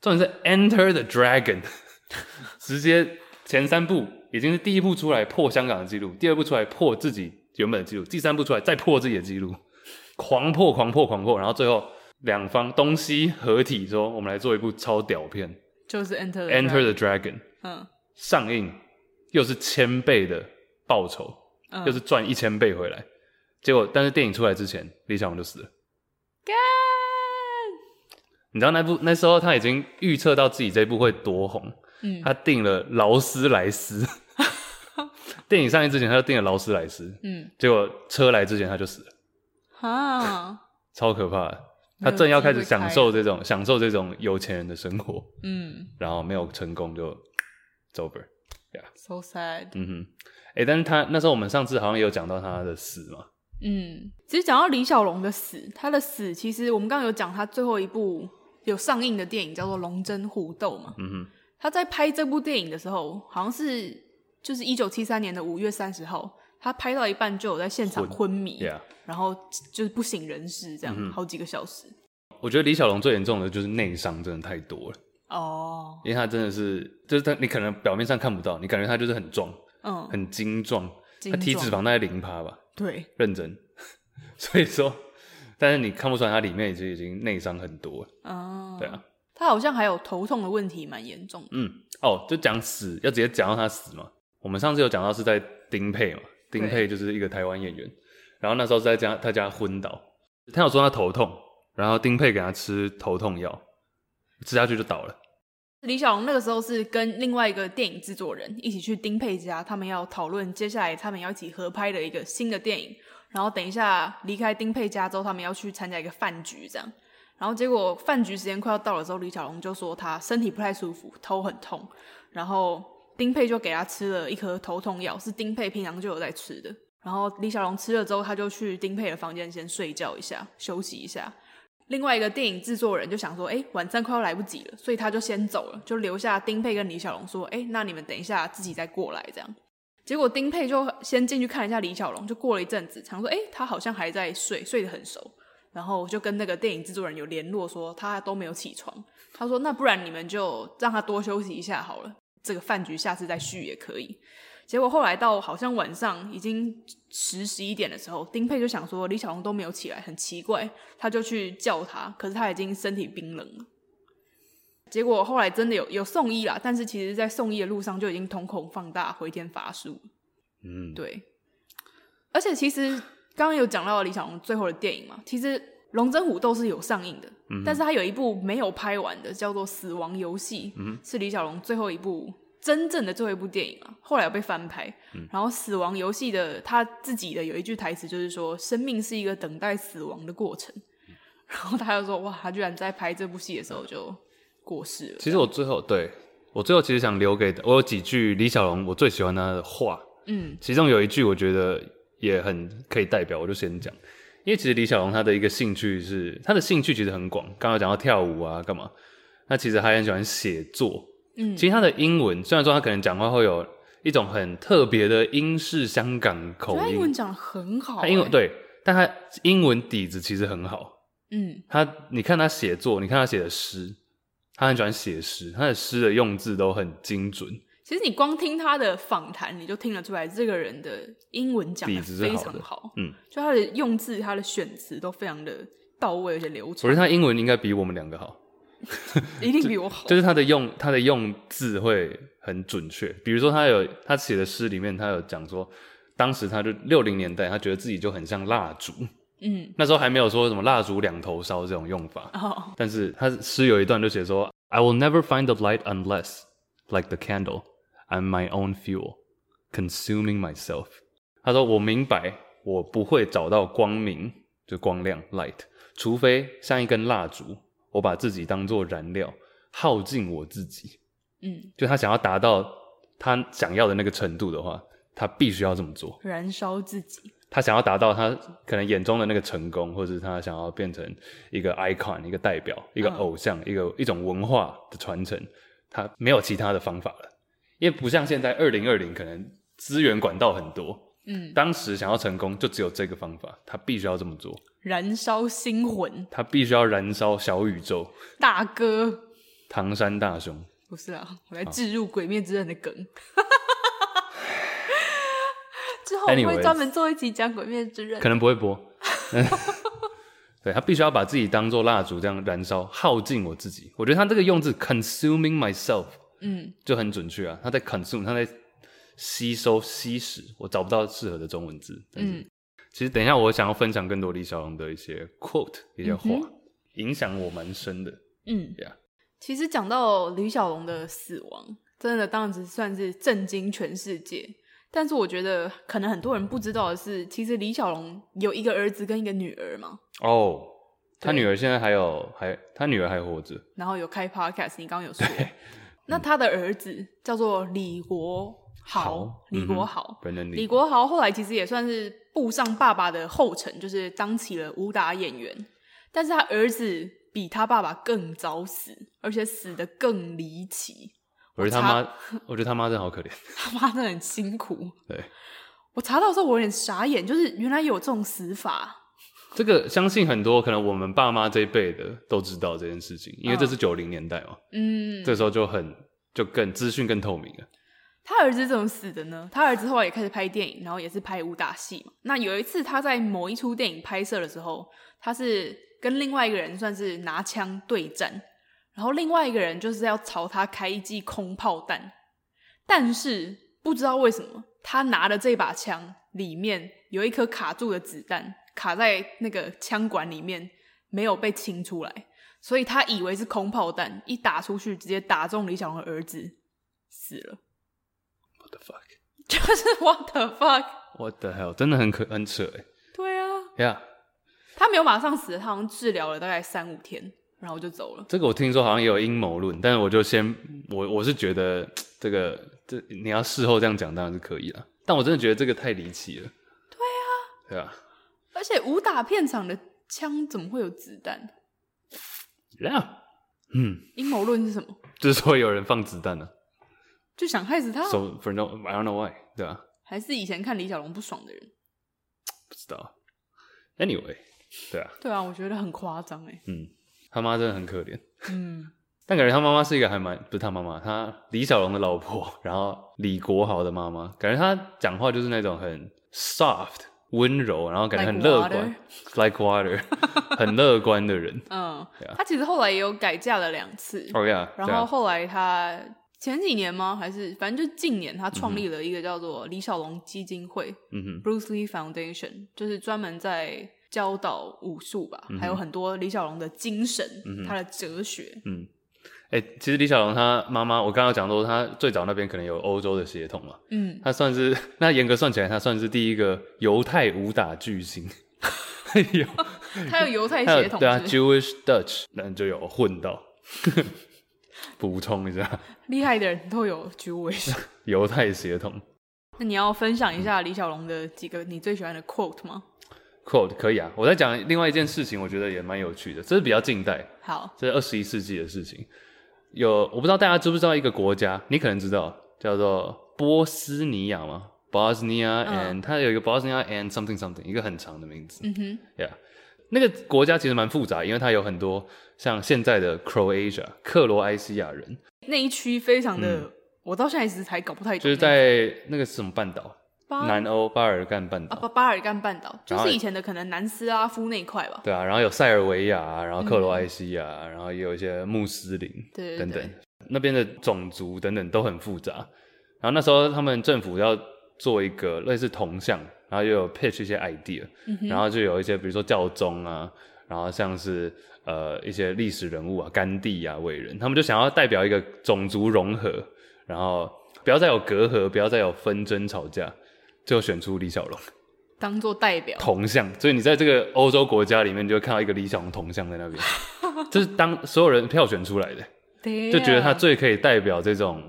重点是《Enter the Dragon》直接前三部已经是第一部出来破香港的记录，第二部出来破自己原本的记录，第三部出来再破自己的记录，狂破狂破狂破，然后最后两方东西合体说，我们来做一部超屌片
就是
《
Enter the
Enter the
Dragon
Dragon》
嗯
上映，又是千倍的报酬，
嗯，
又是赚一千倍回来。结果，但是电影出来之前，李小龙就死了。
干
你知道那部那时候他已经预测到自己这部会多红，
嗯
他定了劳斯莱 斯。电影上映之前他就定了劳斯莱斯，
嗯
结果车来之前他就死了，
哈，
超可怕的。
没
他
有
正要开始
机会开
享受这种享受这种有钱人的生活，
嗯
然后没有成功就 it's over。
，so sad，
嗯哼，哎、但是他那时候我们上次好像有讲到他的死嘛，
嗯，其实讲到李小龙的死，他的死其实我们刚刚有讲他最后一部有上映的电影叫做《龙争虎斗》嘛，
嗯
他在拍这部电影的时候，好像是就是一九七三年的五月三十号，他拍到一半就有在现场
昏
昏迷
哼，Yeah。嗯
然后就是不省人事，这样、好几个小时。
我觉得李小龙最严重的就是内伤，真的太多了，
哦，
因为他真的是，就是他你可能表面上看不到，你感觉他就是很壮，
嗯，
很精壮，
精
他体脂
壮
肪大概零趴吧，
对，
认真。 所以说，但是你看不出来，它里面已经已经内伤很多了。
哦，
对啊，
他好像还有头痛的问题，蛮严重的。
嗯，哦，就讲死，要直接讲到他死嘛。我们上次有讲到是在丁佩嘛，丁佩就是一个台湾演员，然后那时候是在家他家昏倒，他有说他头痛，然后丁佩给他吃头痛药，吃下去就倒了。
李小龙那个时候是跟另外一个电影制作人一起去丁佩家，他们要讨论接下来他们要一起合拍的一个新的电影。然后等一下离开丁佩家之后，他们要去参加一个饭局，这样。然后结果饭局时间快要到了之后，李小龙就说他身体不太舒服，头很痛，然后丁佩就给他吃了一颗头痛药，是丁佩平常就有在吃的。然后李小龙吃了之后，他就去丁佩的房间先睡觉一下，休息一下。另外一个电影制作人就想说，哎、晚餐快要来不及了，所以他就先走了，就留下丁佩跟李小龙说，哎、那你们等一下自己再过来这样。结果丁佩就先进去看了一下李小龙，就过了一阵子，想说，哎、他好像还在睡，睡得很熟。然后就跟那个电影制作人有联络说，他都没有起床。他说，那不然你们就让他多休息一下好了。这个饭局下次再续也可以。结果后来到好像晚上已经十十一点的时候，丁佩就想说李小龙都没有起来，很奇怪，他就去叫他，可是他已经身体冰冷了。结果后来真的有有送医啦，但是其实在送医的路上就已经瞳孔放大，回天乏术。
嗯，
对，而且其实刚刚有讲到李小龙最后的电影嘛，其实《龙争虎斗》是有上映的，
嗯
但是他有一部没有拍完的，叫做《死亡游戏》，
嗯
是李小龙最后一部真正的最后一部电影啊，后来有被翻拍。
嗯
然后《死亡游戏》的他自己的有一句台词就是说：“生命是一个等待死亡的过程。” 然后他就说：“哇，他居然在拍这部戏的时候就过世了。”
其实我最后对我最后其实想留给我有几句李小龙我最喜欢他的话，
嗯
其中有一句我觉得也很可以代表，我就先讲。因为其实李小龙他的一个兴趣是，他的兴趣其实很广，刚刚有讲到跳舞啊，干嘛？那其实还很喜欢写作。
嗯
其实他的英文虽然说他可能讲话会有一种很特别的英式香港口
他英文
音，
讲的很好、
他英文
欸
对，但他英文底子其实很好。
嗯
他，你看他写作，你看他写的诗，他很喜欢写诗，他的诗的用字都很精准。
其实你光听他的访谈，你就听得出来这个人的英文讲得
底子是
非
好的
常好，
嗯，
就他的用字、他的选词都非常的到位，而且流
我
畅
觉，得他英文应该比我们两个好。
一定比我好。
就是他的用他的用字会很准确。比如说，他有他写的诗里面，他有讲说，当时他就六零年代，他觉得自己就很像蜡烛，
嗯，
那时候还没有说什么蜡烛两头烧这种用法。
哦，
但是他诗有一段就写说，I will never find the light unless, like the candle, I'm my own fuel, consuming myself。他说我明白，我不会找到光明，就光亮 light，除非像一根蜡烛，我把自己当做燃料，耗尽我自己。
嗯，
就他想要达到他想要的那个程度的话，他必须要这么做。
燃烧自己，
他想要达到他可能眼中的那个成功，或者是他想要变成一个 icon、一个代表、一个
嗯
偶像、一个一种文化的传承，他没有其他的方法了，因为不像现在二零二零可能资源管道很多，
嗯，
当时想要成功就只有这个方法，他必须要这么做，
燃烧心魂，
他必须要燃烧小宇宙、
大哥。
唐山大兄。
不是啊，我在置入《鬼灭之刃》的 梗。 之后我会
Anyways
专门做一集讲《鬼灭之刃》
可。能不会播。 对他必须要把自己当做蜡烛这样燃烧，耗尽我自己。我觉得他这个用字 “consuming myself”
嗯，
就很准确啊，他在 consume，他在吸收、吸食。我找不到适合的中文字。但是
嗯
其实等一下我想要分享更多李小龙的一些 quote 一些话，
嗯
影响我蛮深的。
嗯
Yeah
其实讲到李小龙的死亡，真的当时算是震惊全世界。但是我觉得，可能很多人不知道的是，其实李小龙有一个儿子跟一个女儿嘛，
哦，他
对
女儿现在还有还他女儿还活着，
然后 有开 podcast，你刚刚有说。那他的儿子叫做李国豪
豪，
李
嗯
国
哼
豪，
本人
哦李国豪后来其实也算是步上爸爸的后尘，就是当起了武打演员。但是他儿子比他爸爸更早死，而且死的更离奇。
我觉得他妈， 我觉得他妈真的好可怜。
他妈真的很辛苦。
对，
我查到的时候我有点傻眼，就是原来有这种死法。
这个相信很多可能我们爸妈这一辈的都知道这件事情，因为这是九零年代嘛，
嗯，
这时候就很就更资讯更透明了。
他儿子怎么死的呢？他儿子后来也开始拍电影，然后也是拍武打戏嘛。那有一次他在某一出电影拍摄的时候，他是跟另外一个人算是拿枪对战，然后另外一个人就是要朝他开一记空炮弹，但是不知道为什么他拿的这把枪里面有一颗卡住的子弹，卡在那个枪管里面没有被清出来，所以他以为是空炮弹，一打出去直接打中李小龙的儿子，死了。
What the fuck？What
就是 what the fuck？
the hell？真的很可很扯哎、
对啊，
欸、呀、
他没有马上死，他好像治疗了大概三五天，然后就走了。
这个我听说好像也有阴谋论，但是我就先我我是觉得这个这你要事后这样讲当然是可以了，但我真的觉得这个太离奇了。对啊，
而且武打片场的枪怎么会有子弹？
对啊，yeah，嗯，
阴谋论是什么？
就是说有人放子弹了、
就想害死他
s？o for no I don't know why，对啊，
还是以前看李小龙不爽的人？
不知道。Anyway，对啊，
对啊，我觉得很夸张哎。
嗯，他妈真的很可怜。
嗯，
但感觉他妈妈是一个还蛮不是他妈妈，他李小龙的老婆，然后李国豪的妈妈，感觉他讲话就是那种很 soft 温柔，然后感觉很
Like
乐观，like water，很 乐观的人。
嗯
Yeah
他其实后来也有改嫁了两次，
啊哦呀，
然后后来他前几年吗？还是反正就近年，他创立了一个叫做李小龙基金会、
嗯哼，
（Bruce Lee Foundation），就是专门在教导武术吧，
嗯
还有很多李小龙的精神、他的哲 学。
嗯，哎、其实李小龙他妈妈，我刚刚讲说他最早那边可能有欧洲的血统嘛，
嗯，
他算是那严格算起来，他算是第一个犹太武打巨星。有，
他有犹太
还
血
有
统
对啊
是不是
，Jewish Dutch，那就有混到。 补充一下，
厉害的人都有 Jewish。
犹太血统
那你要分享一下李小龙的几个你最喜欢的 quote 吗？
quote 可以啊。我在讲另外一件事情，我觉得也蛮有趣的，这是比较近代，
好，
这是二十一世纪的事情。有我不知道大家知不知道一个国家，你可能知道，叫做波斯尼亚吗？Bosnia
嗯
and、它有一个 Bosnia and something something，一个很长的名字。
嗯哼，
Yeah，那个国家其实蛮复杂，因为它有很多像现在的 Croatia 克罗埃西亚人，
那一区非常的，我到现在一直还搞不太懂，
嗯就是在那个是什么半岛？
巴
南欧巴尔干半岛。
啊巴巴尔干半岛，就
然后
是以前的可能南斯拉夫那一块吧。
对啊，然后有塞尔维亚啊，
嗯
然后克罗埃西亚啊，然后也有一些穆斯林
对对
等等
对，
那边的种族等等都很复杂。然后那时候他们政府要做一个类似铜像，然后又有 pitch 一些 idea，、然后就有一些比如说教宗啊，然后像是呃一些历史人物啊，甘地啊、伟人，他们就想要代表一个种族融合，然后不要再有隔阂，不要再有纷争吵架，就选出李小龙。
当做代表。
铜像，所以你在这个欧洲国家里面，你就会看到一个理想铜像在那 边，这是当所有人票选出来的，
就
就觉得他最可以代表这种，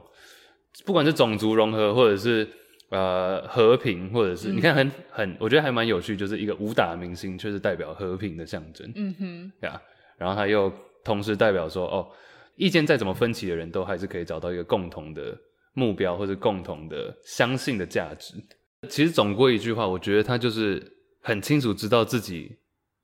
不管是种族融合，或者是呃和平，或者是、你看很很，我觉得还蛮有趣，就是一个武打明星却是代表和平的象征，
嗯哼，
对啊，然后他又同时代表说，哦，意见再怎么分歧的人都还是可以找到一个共同的目标或者共同的相信的价值。其实总归一句话，我觉得他就是很清楚知道自己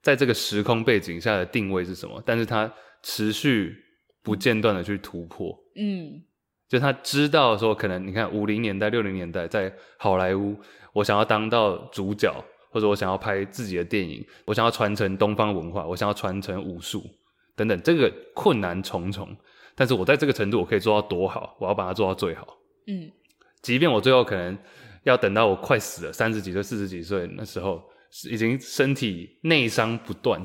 在这个时空背景下的定位是什么，但是他持续不间断的去突破。
嗯
就他知道说，可能你看五零年代、六零年代在好莱坞，我想要当到主角，或者我想要拍自己的电影，我想要传承东方文化，我想要传承武术等等，这个困难重重。但是我在这个程度，我可以做到多好？我要把它做到最好，
嗯，
即便我最后可能要等到我快死了，三十几岁、四十几岁那时候，已经身体内伤不断，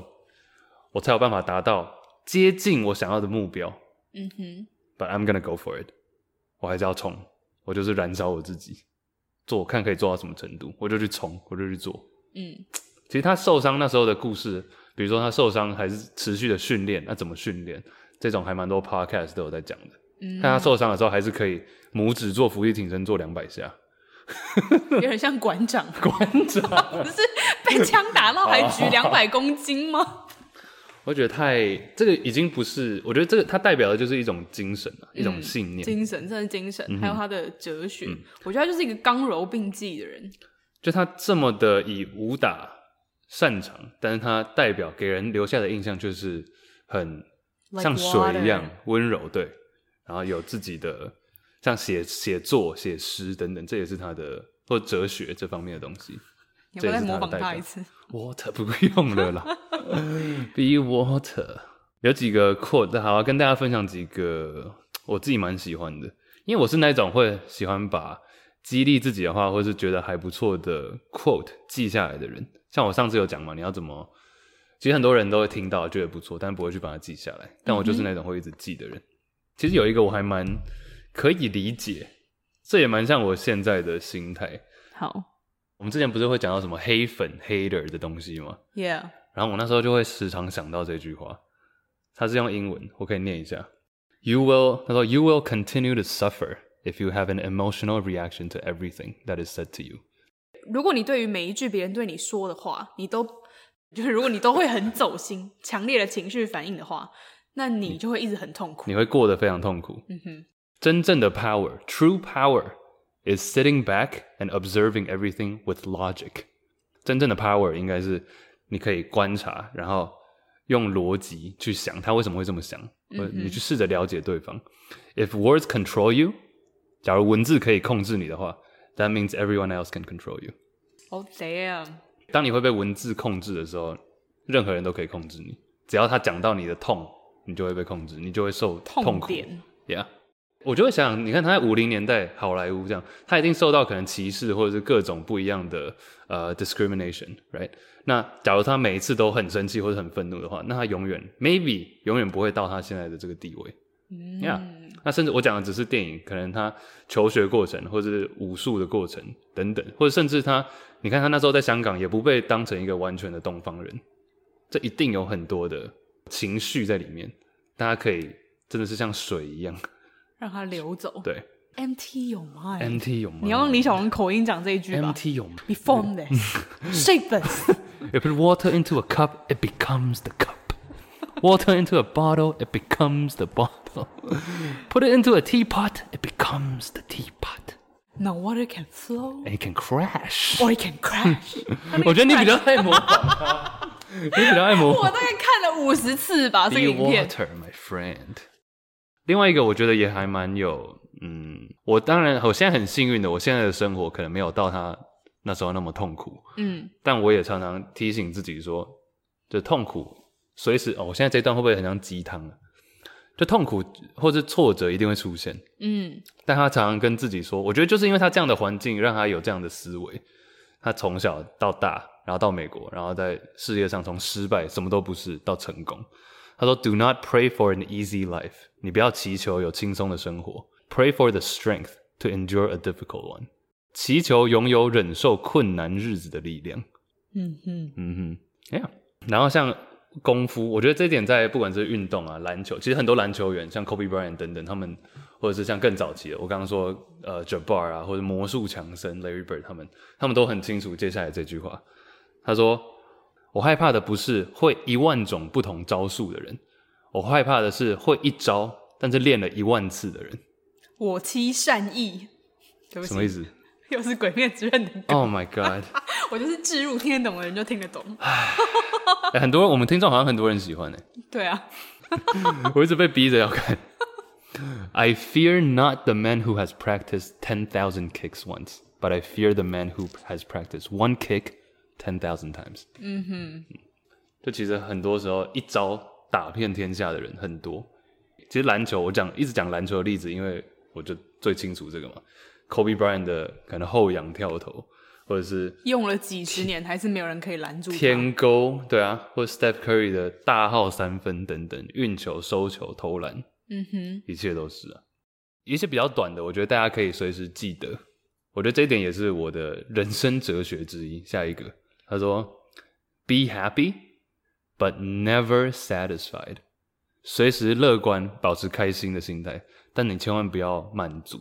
我才有办法达到接近我想要的目标。
嗯哼，
But I'm gonna go for it，我还是要冲，我就是燃烧我自己，做看可以做到什么程度，我就去冲，我就去做。
嗯
其实他受伤那时候的故事，比如说他受伤还是持续的训练，那怎么训练，这种还蛮多 podcast 都有在讲的。
嗯，
但他受伤的时候还是可以拇指做伏地挺身做两百下，
有点像馆长，
馆长，哦
不是被枪打到还举两百公斤 吗？
我觉得太这个已经不是，我觉得这个它代表的就是一种精神啊，一种
嗯
信念。
精神，真的精
嗯
神，还有他的哲学，我觉得他就是一个刚柔并济的人。
就他这么的以武打擅长，但是他代表给人留下的印象就是很
Like
像水一样
water
温柔，对，然后有自己的像写写作、写诗等等，这也是他的或哲学这方面的东西。
你要不要再模仿
这也是他的代
他
表
一次？
Water 不用了啦，Be Water 有几个 quote，好、啊，跟大家分享几个我自己蛮喜欢的，因为我是那种会喜欢把激励自己的话，或是觉得还不错的 quote 记下来的人。像我上次有讲嘛，你要怎么？其实很多人都会听到，觉得不错，但不会去把它记下来。但我就是那种会一直记的人。其实有一个我还蛮可以理解，这也蛮像我现在的心态。
好
我们之前不是会讲到什么黑粉 hater 的东西吗？
，Yeah，
然后我那时候就会时常想到这句话，它是用英文，我可以念一下。You will，他说 You will continue to suffer if you have an emotional reaction to everything that is said to you。
如果你对于每一句别人对你说的话，你都就是如果你都会很走心、强烈的情绪反应的话，那你就会一直很痛苦
你。会过得非常痛苦。
嗯哼，
真正的 power，true power is sitting back and observing everything with logic。真正的 power 应该是你可以观察，然后用逻辑去想他为什么会这么想，或
嗯
者你
哼
去试着了解对方。If words control you，假如文字可以控制你的话，that means everyone else can control you。
Oh damn！
当你会被文字控制的时候，任何人都可以控制你，只要他讲到你的痛，你就会被控制，你就会受痛苦。
点
Yeah，我就会想，你看他在五零年代好莱坞这样，他一定受到可能歧视或者是各种不一样的呃 discrimination，right？那假如他每一次都很生气或者很愤怒的话，那他永远 maybe 永远不会到他现在的这个地位。Yeah，、那甚至我讲的只是电影，可能他求学过程，或者是武术的过程等等，或者甚至他，你看他那时候在香港也不被当成一个完全的东方人，这一定有很多的情绪在里面，大家可以真的是像水一样，
让它流走。
对
MT 有吗
，MT 有吗？
你要用李小龙口音讲这一句吧
MT 有吗？
你疯的， 睡粉丝
You put water into a cup, it becomes the cup. Water into a bottle, it becomes the bottle. Put it into a teapot, it becomes the teapot.
No water can flow
And it can crash. Oh,
or it can crash。
我觉得你比较爱模仿他，你比较爱模
我
仿。
大概看了五十次吧，这
Be
个影片。
water, my friend。另外一个我觉得也还蛮有，嗯，我当然我现在很幸运的，我现在的生活可能没有到他那时候那么痛苦，
嗯，
但我也常常提醒自己说，就痛苦随时哦，我现在这段会不会很像鸡汤啊？就痛苦或是挫折一定会出现，
嗯，
但他常常跟自己说，我觉得就是因为他这样的环境，让他有这样的思维。他从小到大，然后到美国，然后在事业上从失败什么都不是到成功。他说：“Do not pray for an easy life，你不要祈求有轻松的生活。Pray for the strength to endure a difficult one，祈求拥有忍受困难日子的力量。”
嗯哼，
嗯哼，Yeah。然后像功夫，我觉得这一点在不管是运动啊、篮球，其实很多篮球员像 Kobe Bryant 等等，他们或者是像更早期的，我刚刚说呃 Jabbar 啊，或者魔术强森 Larry Bird 他们，他们都很清楚接下来这句话。他说：“我害怕的不是会一万种不同招数的人，我害怕的是会一招但是练了一万次的人。
我妻善意，对”不
什么意
起，
思
又是《鬼灭之刃》的歌，
？Oh my god！
我就是置入听得懂的人就听得懂。
哎很多人我们听众好像很多人喜欢哎、
对啊，
我一直被逼着要看。I fear not the man who has practiced ten thousand kicks once, but I fear the man who has practiced one kick ten thousand times。嗯哼，就其实很多时候一招打遍天下的人很多。其实篮球，我讲一直讲篮球的例子，因为我就最清楚这个嘛。Kobe Bryant 的可能后仰跳投，或者是
用了几十年还是没有人可以拦住他。
天勾，对啊，或者 Steph Curry 的大号三分等等，运球、收球、投篮，
嗯哼，
一切都是啊。一些比较短的，我觉得大家可以随时记得。我觉得这一点也是我的人生哲学之一。下一个，他说：“Be happy, but never satisfied。”随时乐观，保持开心的心态，但你千万不要满足。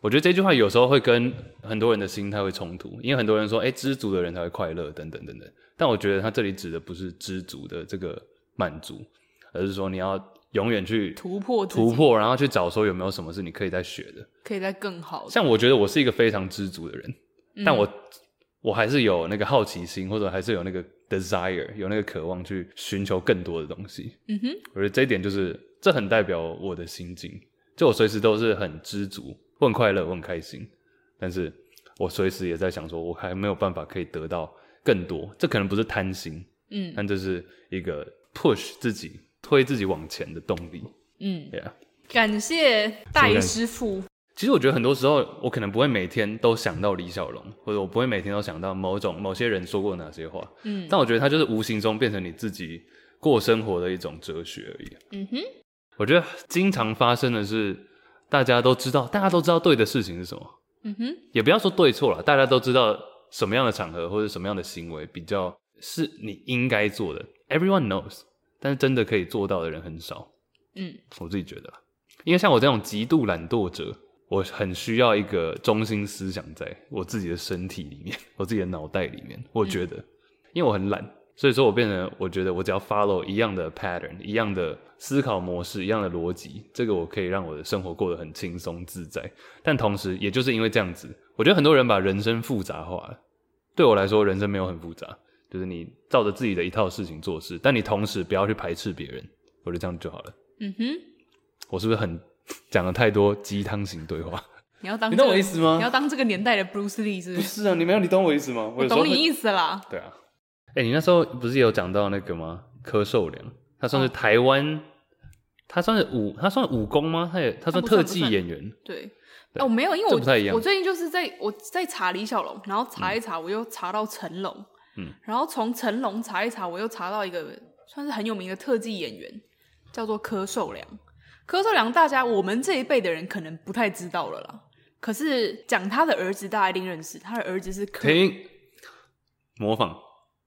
我觉得这句话有时候会跟很多人的心态会冲突，因为很多人说：“哎、知足的人才会快乐，等等等等。”但我觉得他这里指的不是知足的这个满足，而是说你要永远去
突破自己
突破，然后去找说有没有什么是你可以再学的。
可以再更好。
像我觉得我是一个非常知足的人，
嗯
但我我还是有那个好奇心，或者还是有那个 desire，有那个渴望去寻求更多的东西。
嗯哼，
我觉得这一点就是，这很代表我的心境，就我随时都是很知足，我很快乐，我很开心，但是我随时也在想说，我还没有办法可以得到更多。这可能不是贪心，
嗯
但这是一个 push 自己、推自己往前的动力。
嗯，
Yeah。
感谢大姨师傅。
其实我觉得很多时候，我可能不会每天都想到李小龙，或者我不会每天都想到某种某些人说过哪些话。
嗯
但我觉得它就是无形中变成你自己过生活的一种哲学而已。
嗯哼，
我觉得经常发生的是，大家都知道，大家都知道对的事情是什么，
嗯哼，
也不要说对错了，大家都知道什么样的场合或者什么样的行为比较是你应该做的。Everyone knows，但是真的可以做到的人很少。
嗯
我自己觉得啦，因为像我这种极度懒惰者，我很需要一个中心思想在我自己的身体里面，我自己的脑袋里面。我觉得，因为我很懒，所以说我变成我觉得我只要 follow 一样的 pattern，一样的思考模式，一样的逻辑，这个我可以让我的生活过得很轻松自在。但同时，也就是因为这样子，我觉得很多人把人生复杂化了。对我来说，人生没有很复杂，就是你照着自己的一套事情做事，但你同时不要去排斥别人，我觉得这样就好了。
嗯哼，
我是不是很 讲了太多鸡汤型对话？
你要当、
你
这
懂
个、
我意思吗
你要当这个年代的 Bruce Lee 是不
不
是？
是啊，你没有，你懂我意思吗？我
我
有时候
懂
会
你意思啦。
对啊，哎、你那时候不是也有讲到那个吗？柯受良，他
哦
算是台湾，他算是武，他算武功吗？他也他算
不
特
算不
技
算
演员，
对，
对
哦，没有，因为
这
我
不太一样
我最近就是在我在查李小龙，然后查一查，我又查到成龙，
嗯，
然后从成龙查一查，我又查到一个算是很有名的特技演员，叫做柯受良。柯受良，大家我们这一辈的人可能不太知道了啦。可是讲他的儿子，大家一定认识。他的儿子是柯
停，模仿，嗯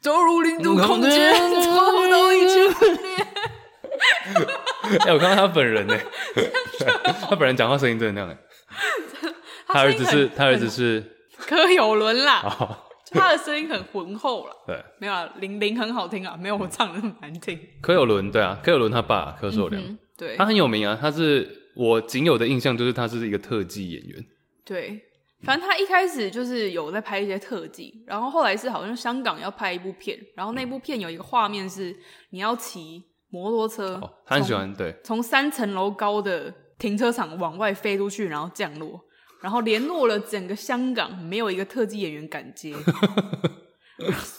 周如林独
空
空
间
间，从不到 一起分裂。
哎、我看到他本人 呢、他本人讲话声音真的那样、欸，他儿子
声音
是
很
他儿子是，
柯有伦啦，
哦，
他的声音很浑厚啦。
对，
没有啦，林林很好听啊，没有我唱的那么难听。
柯有伦，对啊，柯有伦他爸柯受良，
嗯，对
他很有名啊，他是我仅有的印象就是他是一个特技演员，
对，反正他一开始就是有在拍一些特技，然后后来是好像香港要拍一部片，然后那部片有一个画面是你要骑摩托车，
哦，他很喜欢，对，
从从三层楼高的停车场往外飞出去，然后降落，然后联络了整个香港，没有一个特技演员敢接。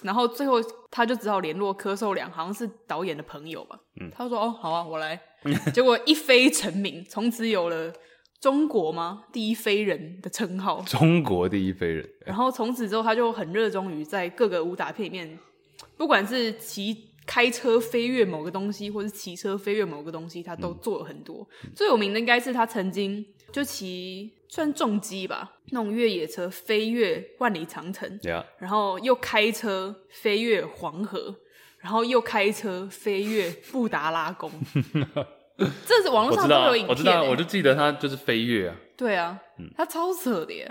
然后最后他就只好联络柯受良，好像是导演的朋友吧。他就说：“哦，好啊，我来。”结果一飞成名，从此有了中国吗第一飞人的称号。
中国第一飞人，
然后从此之后，他就很热衷于在各个武打片里面，不管是骑开车飞跃某个东西，或是骑车飞跃某个东西，他
嗯
都做了很多。最有名的应该是他曾经就骑算重机吧，那种越野车飞跃万里长城，
呀、
然后又开车飞越黄河，然后又开车飞越布达拉 宫。这是网络
我知
上都
道啊
有影片、欸，
我知道啊，我就记得他就是飞跃啊，
对啊，他超扯的耶。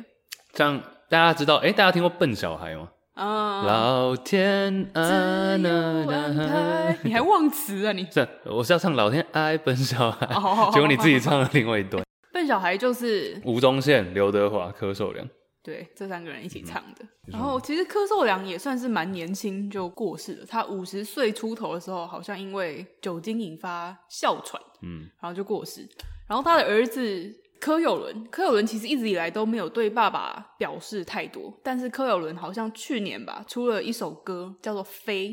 这样大家知道，哎、大家听过笨小孩吗？
啊、
老天啊
自
呐
由安
呐
排，，你还忘词啊你？
是，我是要唱老天爱笨小孩
哦，
结果你自己唱了另外一段。
笨小孩就是
吴宗宪、刘德华、柯受良，
对这三个人一起唱的。然后其实柯受良也算是蛮年轻就过世了，他五十岁出头的时候，好像因为酒精引发哮喘，
嗯，
然后就过世。然后他的儿子柯有伦，柯有伦其实一直以来都没有对爸爸表示太多，但是柯有伦好像去年吧出了一首歌叫做《飞》，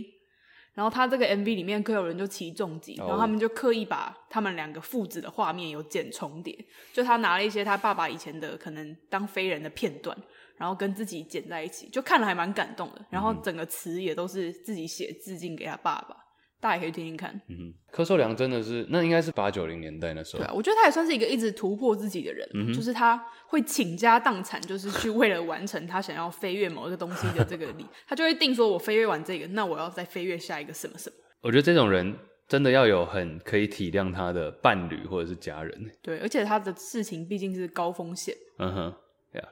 然后他这个 MV 里面柯有伦就骑重机，
哦
然后他们就刻意把他们两个父子的画面有剪重叠，就他拿了一些他爸爸以前的可能当飞人的片段。然后跟自己剪在一起，就看了还蛮感动的。然后
嗯
整个词也都是自己写致敬给他爸爸，大家也可以听听看。
嗯，柯受良真的是，那应该是八九零年代那时候
对啊，我觉得他也算是一个一直突破自己的人，
嗯
就是他会倾家荡产，就是去为了完成他想要飞跃某一个东西的这个力，他就会定说，我飞跃完这个，那我要再飞跃下一个什么什么。
我觉得这种人真的要有很可以体谅他的伴侣或者是家人。
对，而且他的事情毕竟是高风险，
嗯哼，对啊。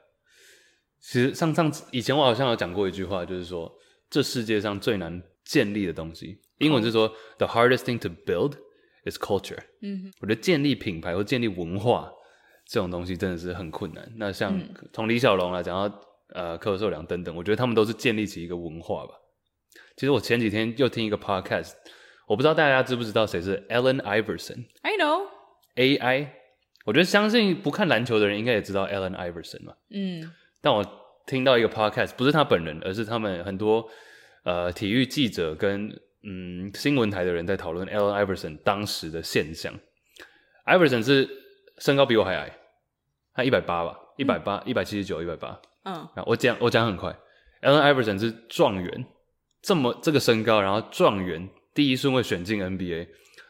其实上上次以前我好像有讲过一句话，就是说这世界上最难建立的东西，英文是说、the hardest thing to build is culture。
嗯，
我觉得建立品牌或建立文化这种东西真的是很困难。那像从李小龙来讲到呃柯受良等等，我觉得他们都是建立起一个文化吧。其实我前几天又听一个 podcast，我不知道大家知不知道谁是 Allen Iverson。
I know，
AI，我觉得相信不看篮球的人应该也知道 Allen Iverson 嘛。
嗯，
但我听到一个 podcast，不是他本人，而是他们很多呃体育记者跟嗯新闻台的人在讨论 Allen Iverson 当时的现象。Iverson 是身高比我还矮，他一百八吧，一百八、一百七十九、一百八。
嗯，
啊，我讲我讲很快，Allen Iverson 是状元，这么这个身高，然后状元第一顺位选进 NBA，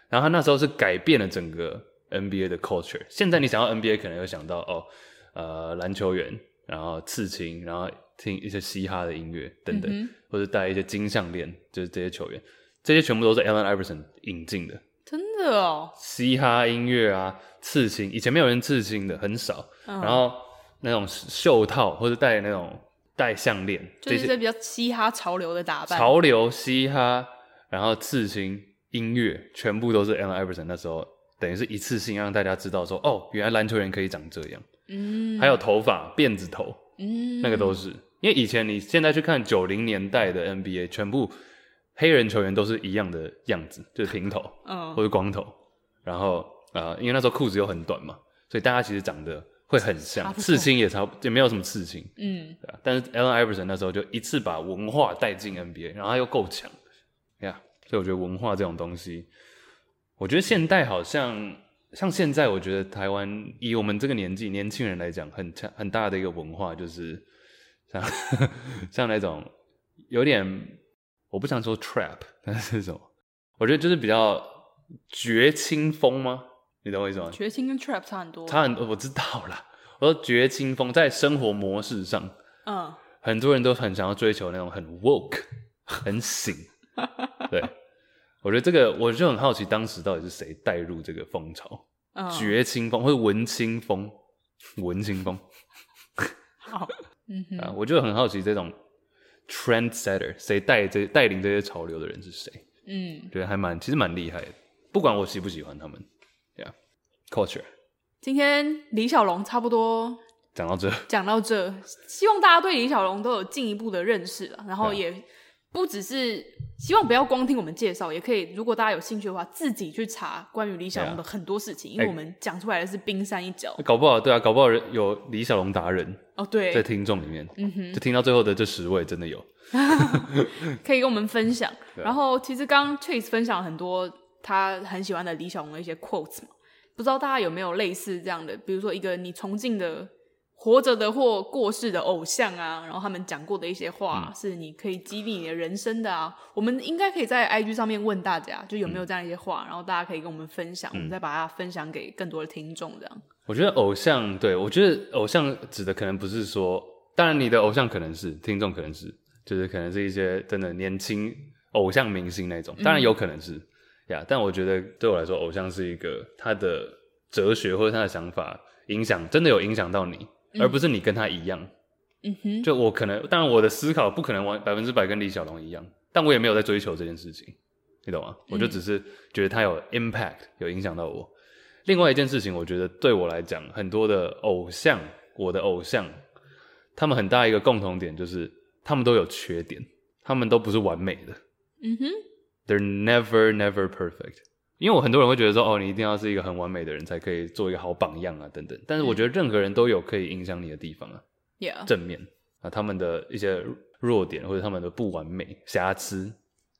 然后他那时候是改变了整个 NBA 的 culture。现在你想到 NBA，可能会想到哦，呃，篮球员，然后刺青，然后听一些嘻哈的音乐等等，
嗯
或者戴一些金项链，就是这些球员，这些全部都是 Allen Iverson 引进的。
真的哦，
嘻哈音乐啊，刺青，以前没有人刺青的，很少。
嗯
然后那种袖套或者戴那种戴项链，
就是
这
一
些
些比较嘻哈潮流的打扮，
潮流嘻哈，然后刺青、音乐，全部都是 Allen Iverson 那时候等于是一次性让大家知道说，哦，原来篮球员可以长这样。
嗯
还有头发辫子头，
嗯，
那个都是。因为以前你现在去看九零年代的 NBA，全部黑人球员都是一样的样子，就是平头
嗯
或者光头，然后呃，因为那时候裤子又很短嘛，所以大家其实长得会很
差
像，
不多
刺青也差不也没有什么刺青，
嗯，
对啊，但是 Allen Iverson 那时候就一次把文化带进 NBA，然后他又够强，呀、所以我觉得文化这种东西，我觉得现代好像像现在，我觉得台湾以我们这个年纪年轻人来讲，很强很大的一个文化就是 像像那种有点我不想说 trap，但是什么？我觉得就是比较绝清风吗？你懂我意思吗？
绝情跟 trap 差很多，
差很多，我知道啦。我说绝清风在生活模式上。
嗯，
很多人都很想要追求那种很 woke、很醒。 对，我觉得这个我就很好奇，当时到底是谁带入这个风潮？
嗯，
绝清风或者文清风、文清风
好，嗯哼，
啊，我就很好奇这种 trendsetter 谁带这带领这些潮流的人是谁？
嗯，
觉得还蛮其实蛮厉害的，不管我喜不喜欢他们，Yeah，culture。
今天李小龙差不多
讲到这，
讲到这，希望大家对李小龙都有进一步的认识了，然后
对啊
也不只是希望不要光听我们介绍，也可以如果大家有兴趣的话，自己去查关于李小龙的
对
很多事情，因为
哎
我们讲出来的是冰山一角。
搞不好对啊，搞不好有李小龙达人
哦，
在
对，
听众里面，就听到最后的这十位真的有，
可以跟我们分享。
对
然后其实刚刚 Chase 分享很多他很喜欢的李小龙的一些 quotes 嘛，不知道大家有没有类似这样的，比如说一个你崇敬的。活着的或过世的偶像啊，然后他们讲过的一些话、
嗯
是你可以激励你的人生的啊。我们应该可以在 IG 上面问大家，就有没有这样一些话，
嗯
然后大家可以跟我们分享，我们再把它分享给更多的听众，这样。
我觉得偶像，对我觉得偶像指的可能不是说，当然你的偶像可能是听众，可能是就是可能是一些真的年轻偶像明星那种，当然有可能是呀。但我觉得对我来说，偶像是一个他的哲学或者他的想法影响，真的有影响到你，而不是你跟他一样。
嗯哼，
就我可能，当然我的思考不可能完百分之百跟李小龙一样，但我也没有在追求这件事情，你懂吗？我就只是觉得它有 impact，有影响到我。另外一件事情，我觉得对我来讲，很多的偶像，我的偶像，他们很大一个共同点就是，他们都有缺点，他们都不是完美的
嗯哼，
，they're never never perfect。因为我很多人会觉得说，哦，你一定要是一个很完美的人才可以做一个好榜样啊，等等。但是我觉得任何人都有可以影响你的地方啊。
yeah，
正面啊，他们的一些弱点或者他们的不完美、瑕疵，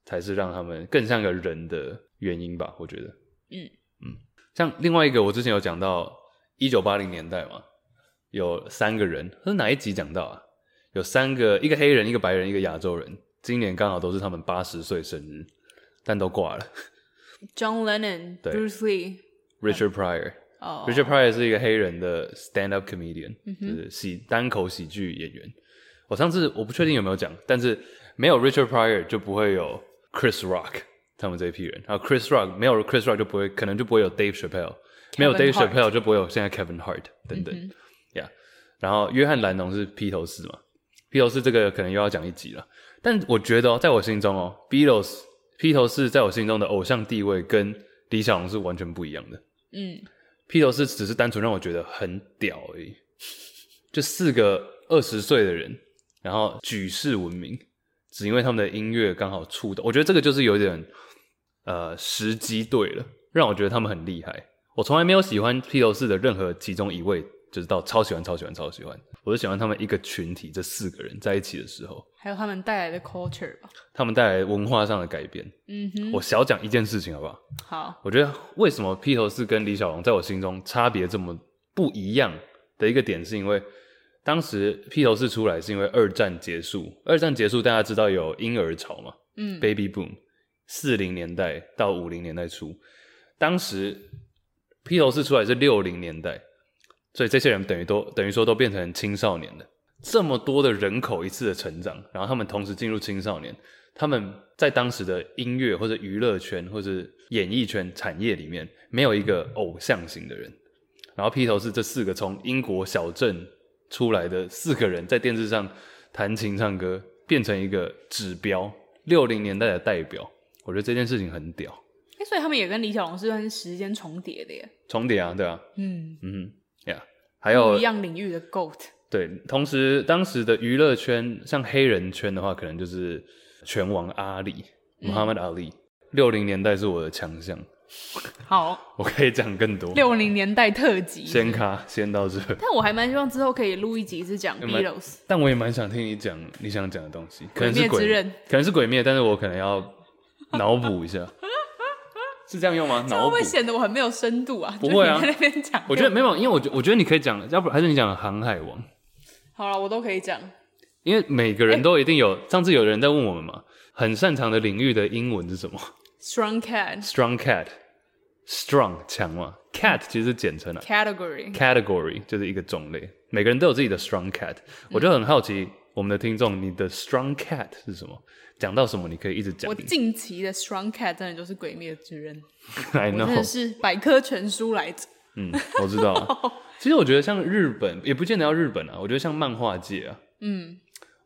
才是让他们更像个人的原因吧？我觉得，
嗯
嗯，像另外一个，我之前有讲到一九八零年代嘛，有三个人，是哪一集讲到啊？有三个，一个黑人，一个白人，一个亚洲人，今年刚好都是他们八十岁生日，但都挂了。
John Lennon、
对
Bruce Lee，
Richard Pryor，
哦
Richard Pryor 是一个黑人的 stand up comedian，、
嗯哼
就是喜单口喜剧演员。我上次我不确定有没有讲，但是没有 Richard Pryor 就不会有 Chris Rock 他们这一批人，然后 Chris Rock 没有 Chris Rock 就不会，可能就不会有 Dave Chappelle，没有 Dave
Hart 嗯
Chappelle 就不会有现在 Kevin Hart 等等。Yeah，然后约翰·兰农是披头士嘛？披头士这个可能又要讲一集了。但我觉得哦，在我心中哦，Beatles 披头士在我心中的偶像地位跟李小龙是完全不一样的。
嗯，
披头士只是单纯让我觉得很屌而已，就四个二十岁的人，然后举世闻名，只因为他们的音乐刚好触动。我觉得这个就是有点呃时机对了，让我觉得他们很厉害。我从来没有喜欢披头士的任何其中一位，就是到超喜欢、超喜欢、超喜欢。我是喜欢他们一个群体，这四个人在一起的时候，
还有他们带来的 culture 吧。
他们带来文化上的改变。
嗯哼，
我小讲一件事情好不好？
好，
我觉得为什么披头士跟李小龙在我心中差别这么不一样的一个点，是因为当时披头士出来是因为二战结束，二战结束大家知道有婴儿潮嘛，
嗯
b a b y boom，四零年代到五零年代初，当时披头士出来是六零年代，所以这些人等于都等于说都变成青少年了。这么多的人口一次的成长，然后他们同时进入青少年，他们在当时的音乐或者娱乐圈或者演艺圈产业里面，没有一个偶像型的人。然后披头士这四个从英国小镇出来的四个人，在电视上弹琴唱歌，变成一个指标，六零年代的代表。我觉得这件事情很屌，
哎、所以他们也跟李小龙是算是时间重叠的耶。
重叠啊，对啊，
嗯，
嗯哼，呀、还有
不一样领域的 GOAT。
对，同时当时的娱乐圈，像黑人圈的话，可能就是拳王阿里 （Muhammad Ali）。六零年代是我的强项，
好，
我可以讲更多。
六零年代特辑。
先卡，先到这。
但我还蛮希望之后可以录一集是讲
有没有
Beatles，
但我也蛮想听你讲你想讲的东西，可
鬼
能是
灭
鬼，
之刃
可能是鬼灭，但是我可能要脑补一 下，是这样用吗？
这
脑
会不
补
会？显得我很没有深度啊？
不会啊
就是你在那边讲，
我觉得没有，因为我觉我觉得你可以讲，要不还是你讲《航海王》，
好了，我都可以讲。
因为每个人都一定有。
嗯
上次有人在问我们嘛，很擅长的领域的英文是什么
Strong cat
？Strong cat，strong 强嘛，cat 其实是简称啊
category，
，category 就是一个种类。每个人都有自己的 strong cat，我
嗯
就很好奇我们的听众，你的 strong cat 是什么？讲到什么你可以一直讲
我。近期的 Strong cat 真的就是《鬼灭之刃》，
I
我真
know
的。是哦百科全书来着。
嗯，我 知道啊。其实我觉得像日本，也不见得要日本啊。我觉得像漫画界啊，
嗯，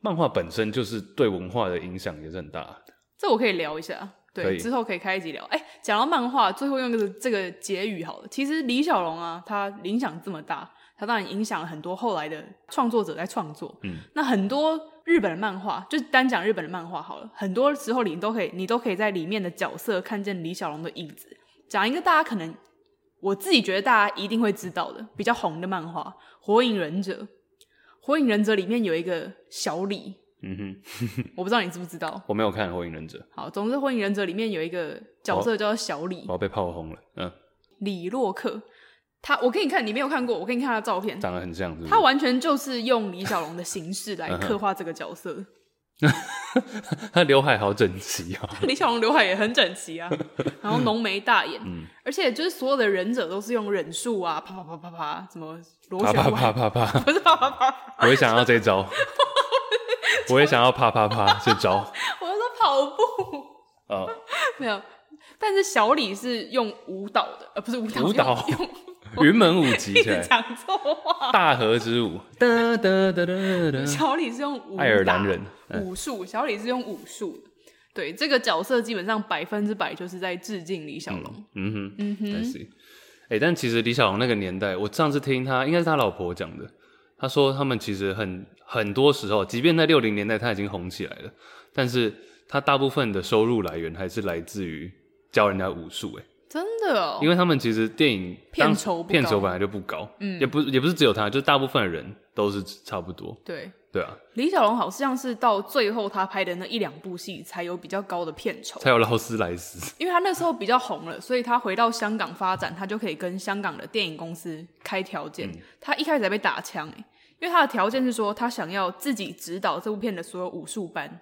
漫画本身就是对文化的影响也是很大。
这我可以聊一下，
可
对，
以
之后可以开一集聊。哎，讲到漫画，最后用个这个结语好了。其实李小龙啊，他影响这么大，他当然影响了很多后来的创作者在创作。
嗯，
那很多日本的漫画，就单讲日本的漫画好了，很多时候你都可以，你都可以在里面的角色看见李小龙的影子。讲一个大家可能，我自己觉得大家一定会知道的比较红的漫画《火影忍者》。《火影忍者》里面有一个小李，
嗯哼，
我不知道你知不知道。
我没有看《火影忍者》，
好，总之《火影忍者》里面有一个角色叫小李、
我要被炮轰了。嗯，
李洛克，他我给你看，你没有看过，我给你看他的照片，
长得很像，是不是
他完全就是用李小龙的形式来
嗯
刻画这个角色。
他刘海好整齐啊。
李小龙刘海也很整齐 啊，然后浓眉大眼，
嗯
而且就是所有的忍者都是用忍术啊，啪啪啪啪啪，什么螺
啪
旋
啪
丸，
啪啪啪，
不是啪啪啪，
我也想要这 招，我也想要啪啪啪这招。
我是说跑步，
哦，
没有。但是小李是用舞蹈的，呃，不是舞蹈，
舞蹈
用用
云门舞集
一
起
直
来，
讲错话。
大河之舞。哒哒哒哒哒。
小李是用武
嗯
打
爱尔兰人嗯
武术，小李是用武术的。对，这个角色基本上百分之百就是在致敬李小龙。
嗯哼。
嗯
I
哼，
see。哎、但其实李小龙那个年代，我上次听他应该是他老婆讲的，他说他们其实很很多时候，即便在六零年代他已经红起来了，但是他大部分的收入来源还是来自于教人家武术。哎，
真的哦
因。为他们其实电影
片
当
酬不
片酬
高
本来就不高，嗯，也不也不是只有他，就大部分人都是差不多，
对，
对啊，
李小龙好像是到最后他拍的那一两部戏才有比较高的片酬，
才有劳斯莱斯。
因为他那时候比较红了，所以他回到香港发展，他就可以跟香港的电影公司开条件。他一开始还被打枪哎、因为他的条件是说他想要自己指导这部片的所有武术班，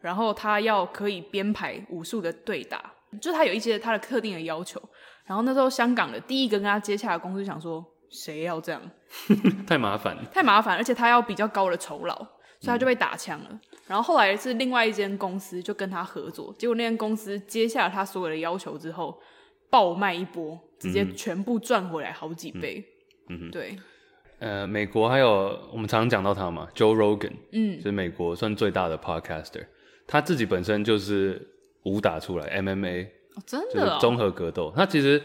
然后他要可以编排武术的对打，就是他有一些他的特定的要求。然后那时候香港的第一个跟他接洽的公司想说，谁要这样？
太麻烦了，
太麻烦，而且他要比较高的酬劳，所以他就被打枪了。然后后来是另外一间公司就跟他合作，结果那间公司接下了他所有的要求之后，爆卖一波，直接全部赚回来好几倍。嗯，对，
呃，美国还有我们常常讲到他嘛，Joe Rogan，
嗯，
是美国算最大的 podcaster，他自己本身就是武打出来 MMA，
哦真
就
的、
是
哦，
综合格斗。他其实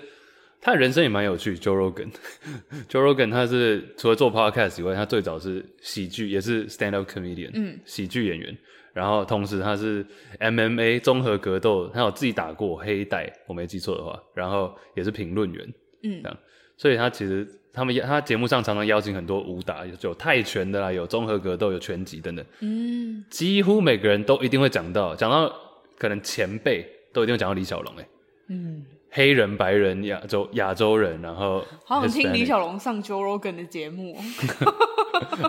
他人生也蛮有趣，Joe Rogan，Joe Rogan 他是除了做 podcast 以外，他最早是喜剧，也是 stand up comedian，
嗯，
喜剧演员。然后同时他是 MMA 综合格斗，他有自己打过黑带，我没记错的话，然后也是评论员，
嗯
这样，所以他其实他们他节目上常常邀请很多武打，有有泰拳的啦，有综合格斗，有拳击等等。
嗯，
几乎每个人都一定会讲到，讲到可能前辈都一定会讲到李小龙、欸，
嗯，
黑人、白人、亚洲亚洲人，然后
好想听
Hispanic
李小龙上 Joe Rogan 的节目哦、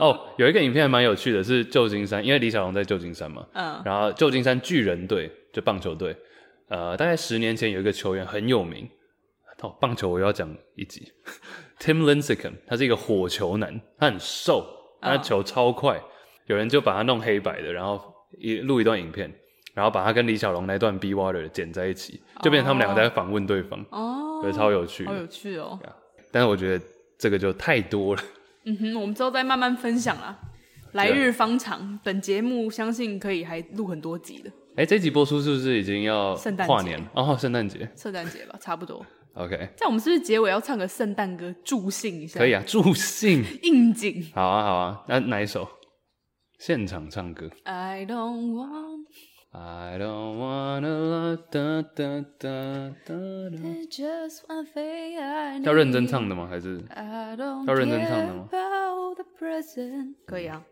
哦，有一个影片还蛮有趣的，是旧金山，因为李小龙在旧金山嘛，
嗯
然后旧金山巨人队就棒球队，呃，大概十年前有一个球员很有名，哦，棒球我又要讲一集 ，Tim Lincecum，他是一个火球男，他很瘦，他的球超快，有人就把他弄黑白的，然后一录一段影片，然后把他跟李小龙那段 B Water 剪在一起，就变成他们两个在访问对方，
哦，
觉得超有趣的
好有趣哦。
但是我觉得这个就太多了，
嗯哼，我们之后再慢慢分享啦。来日方长，本节目相信可以还录很多集的。
哎、这集播出是不是已经要
圣诞节
跨年了？哦，圣诞节
圣诞节吧，差不多。
OK，
这样我们是不是结尾要唱个圣诞歌助兴一下？
可以啊，
啊，
助兴。
应景。
好啊，好啊，那哪一首？现场唱歌。
I don't want
I don't wanna love, da, da, da, da, da.
it, just one thing I need.
要认真唱的吗？还是
I don't
要认真唱的吗
care about the present 可以啊。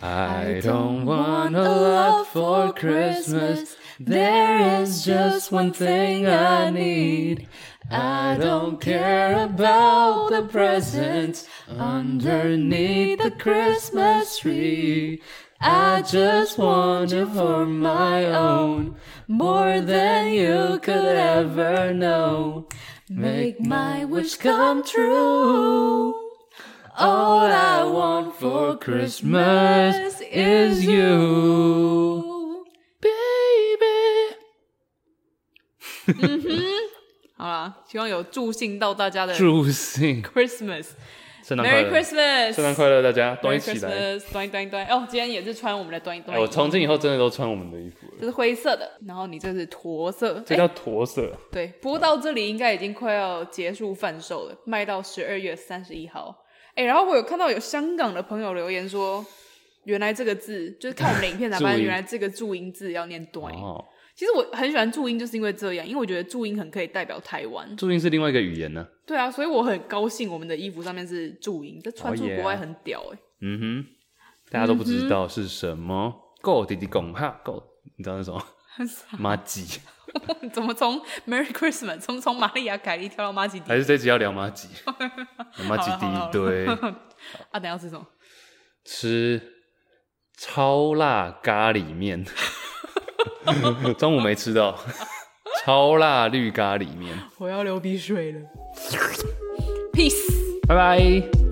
I don't want a lot for Christmas. There is just one thing I need. I don't care about the presents underneath the Christmas tree. I just want you for my own, more than you could ever know. Make my wish come true. All I want for Christmas is you, baby.
嗯好啦，希望有助兴到大家的
祝幸，
Christmas。
圣诞快
Merry
乐，
Christmas，
圣诞快乐，大家
Merry
端一起来。
Christmas，端一端一端。哦，今天也是穿我们的端一端
哎，
一。
我从今以后真的都穿我们的衣服了，
这是灰色的，然后你这是驼色。
这
哎
叫驼色。
对，播到这里应该已经快要结束贩售了，卖到十二月三十一号。哎、然后我有看到有香港的朋友留言说，原来这个字就是看我们的影片才发
注
现，
音
原来这个注音字要念短。
哦，
其实我很喜欢注音，就是因为这样，因为我觉得注音很可以代表台湾。
注音是另外一个语言呢。
对啊，所以我很高兴我们的衣服上面是注音，这穿出
Oh yeah
国外很屌哎、
嗯哼，大家都不知道是什么。Go 弟弟拱哈 Go，你知道那什么？
很傻。
妈吉，
怎么从 Merry Christmas 从从玛丽亚凯莉跳到马吉迪
还是这集要聊妈吉？妈吉第一堆
啊？等一下吃什么？
吃超辣咖喱 面，中午没吃到，超辣绿咖喱面，
我要流鼻水了。Peace。
拜拜。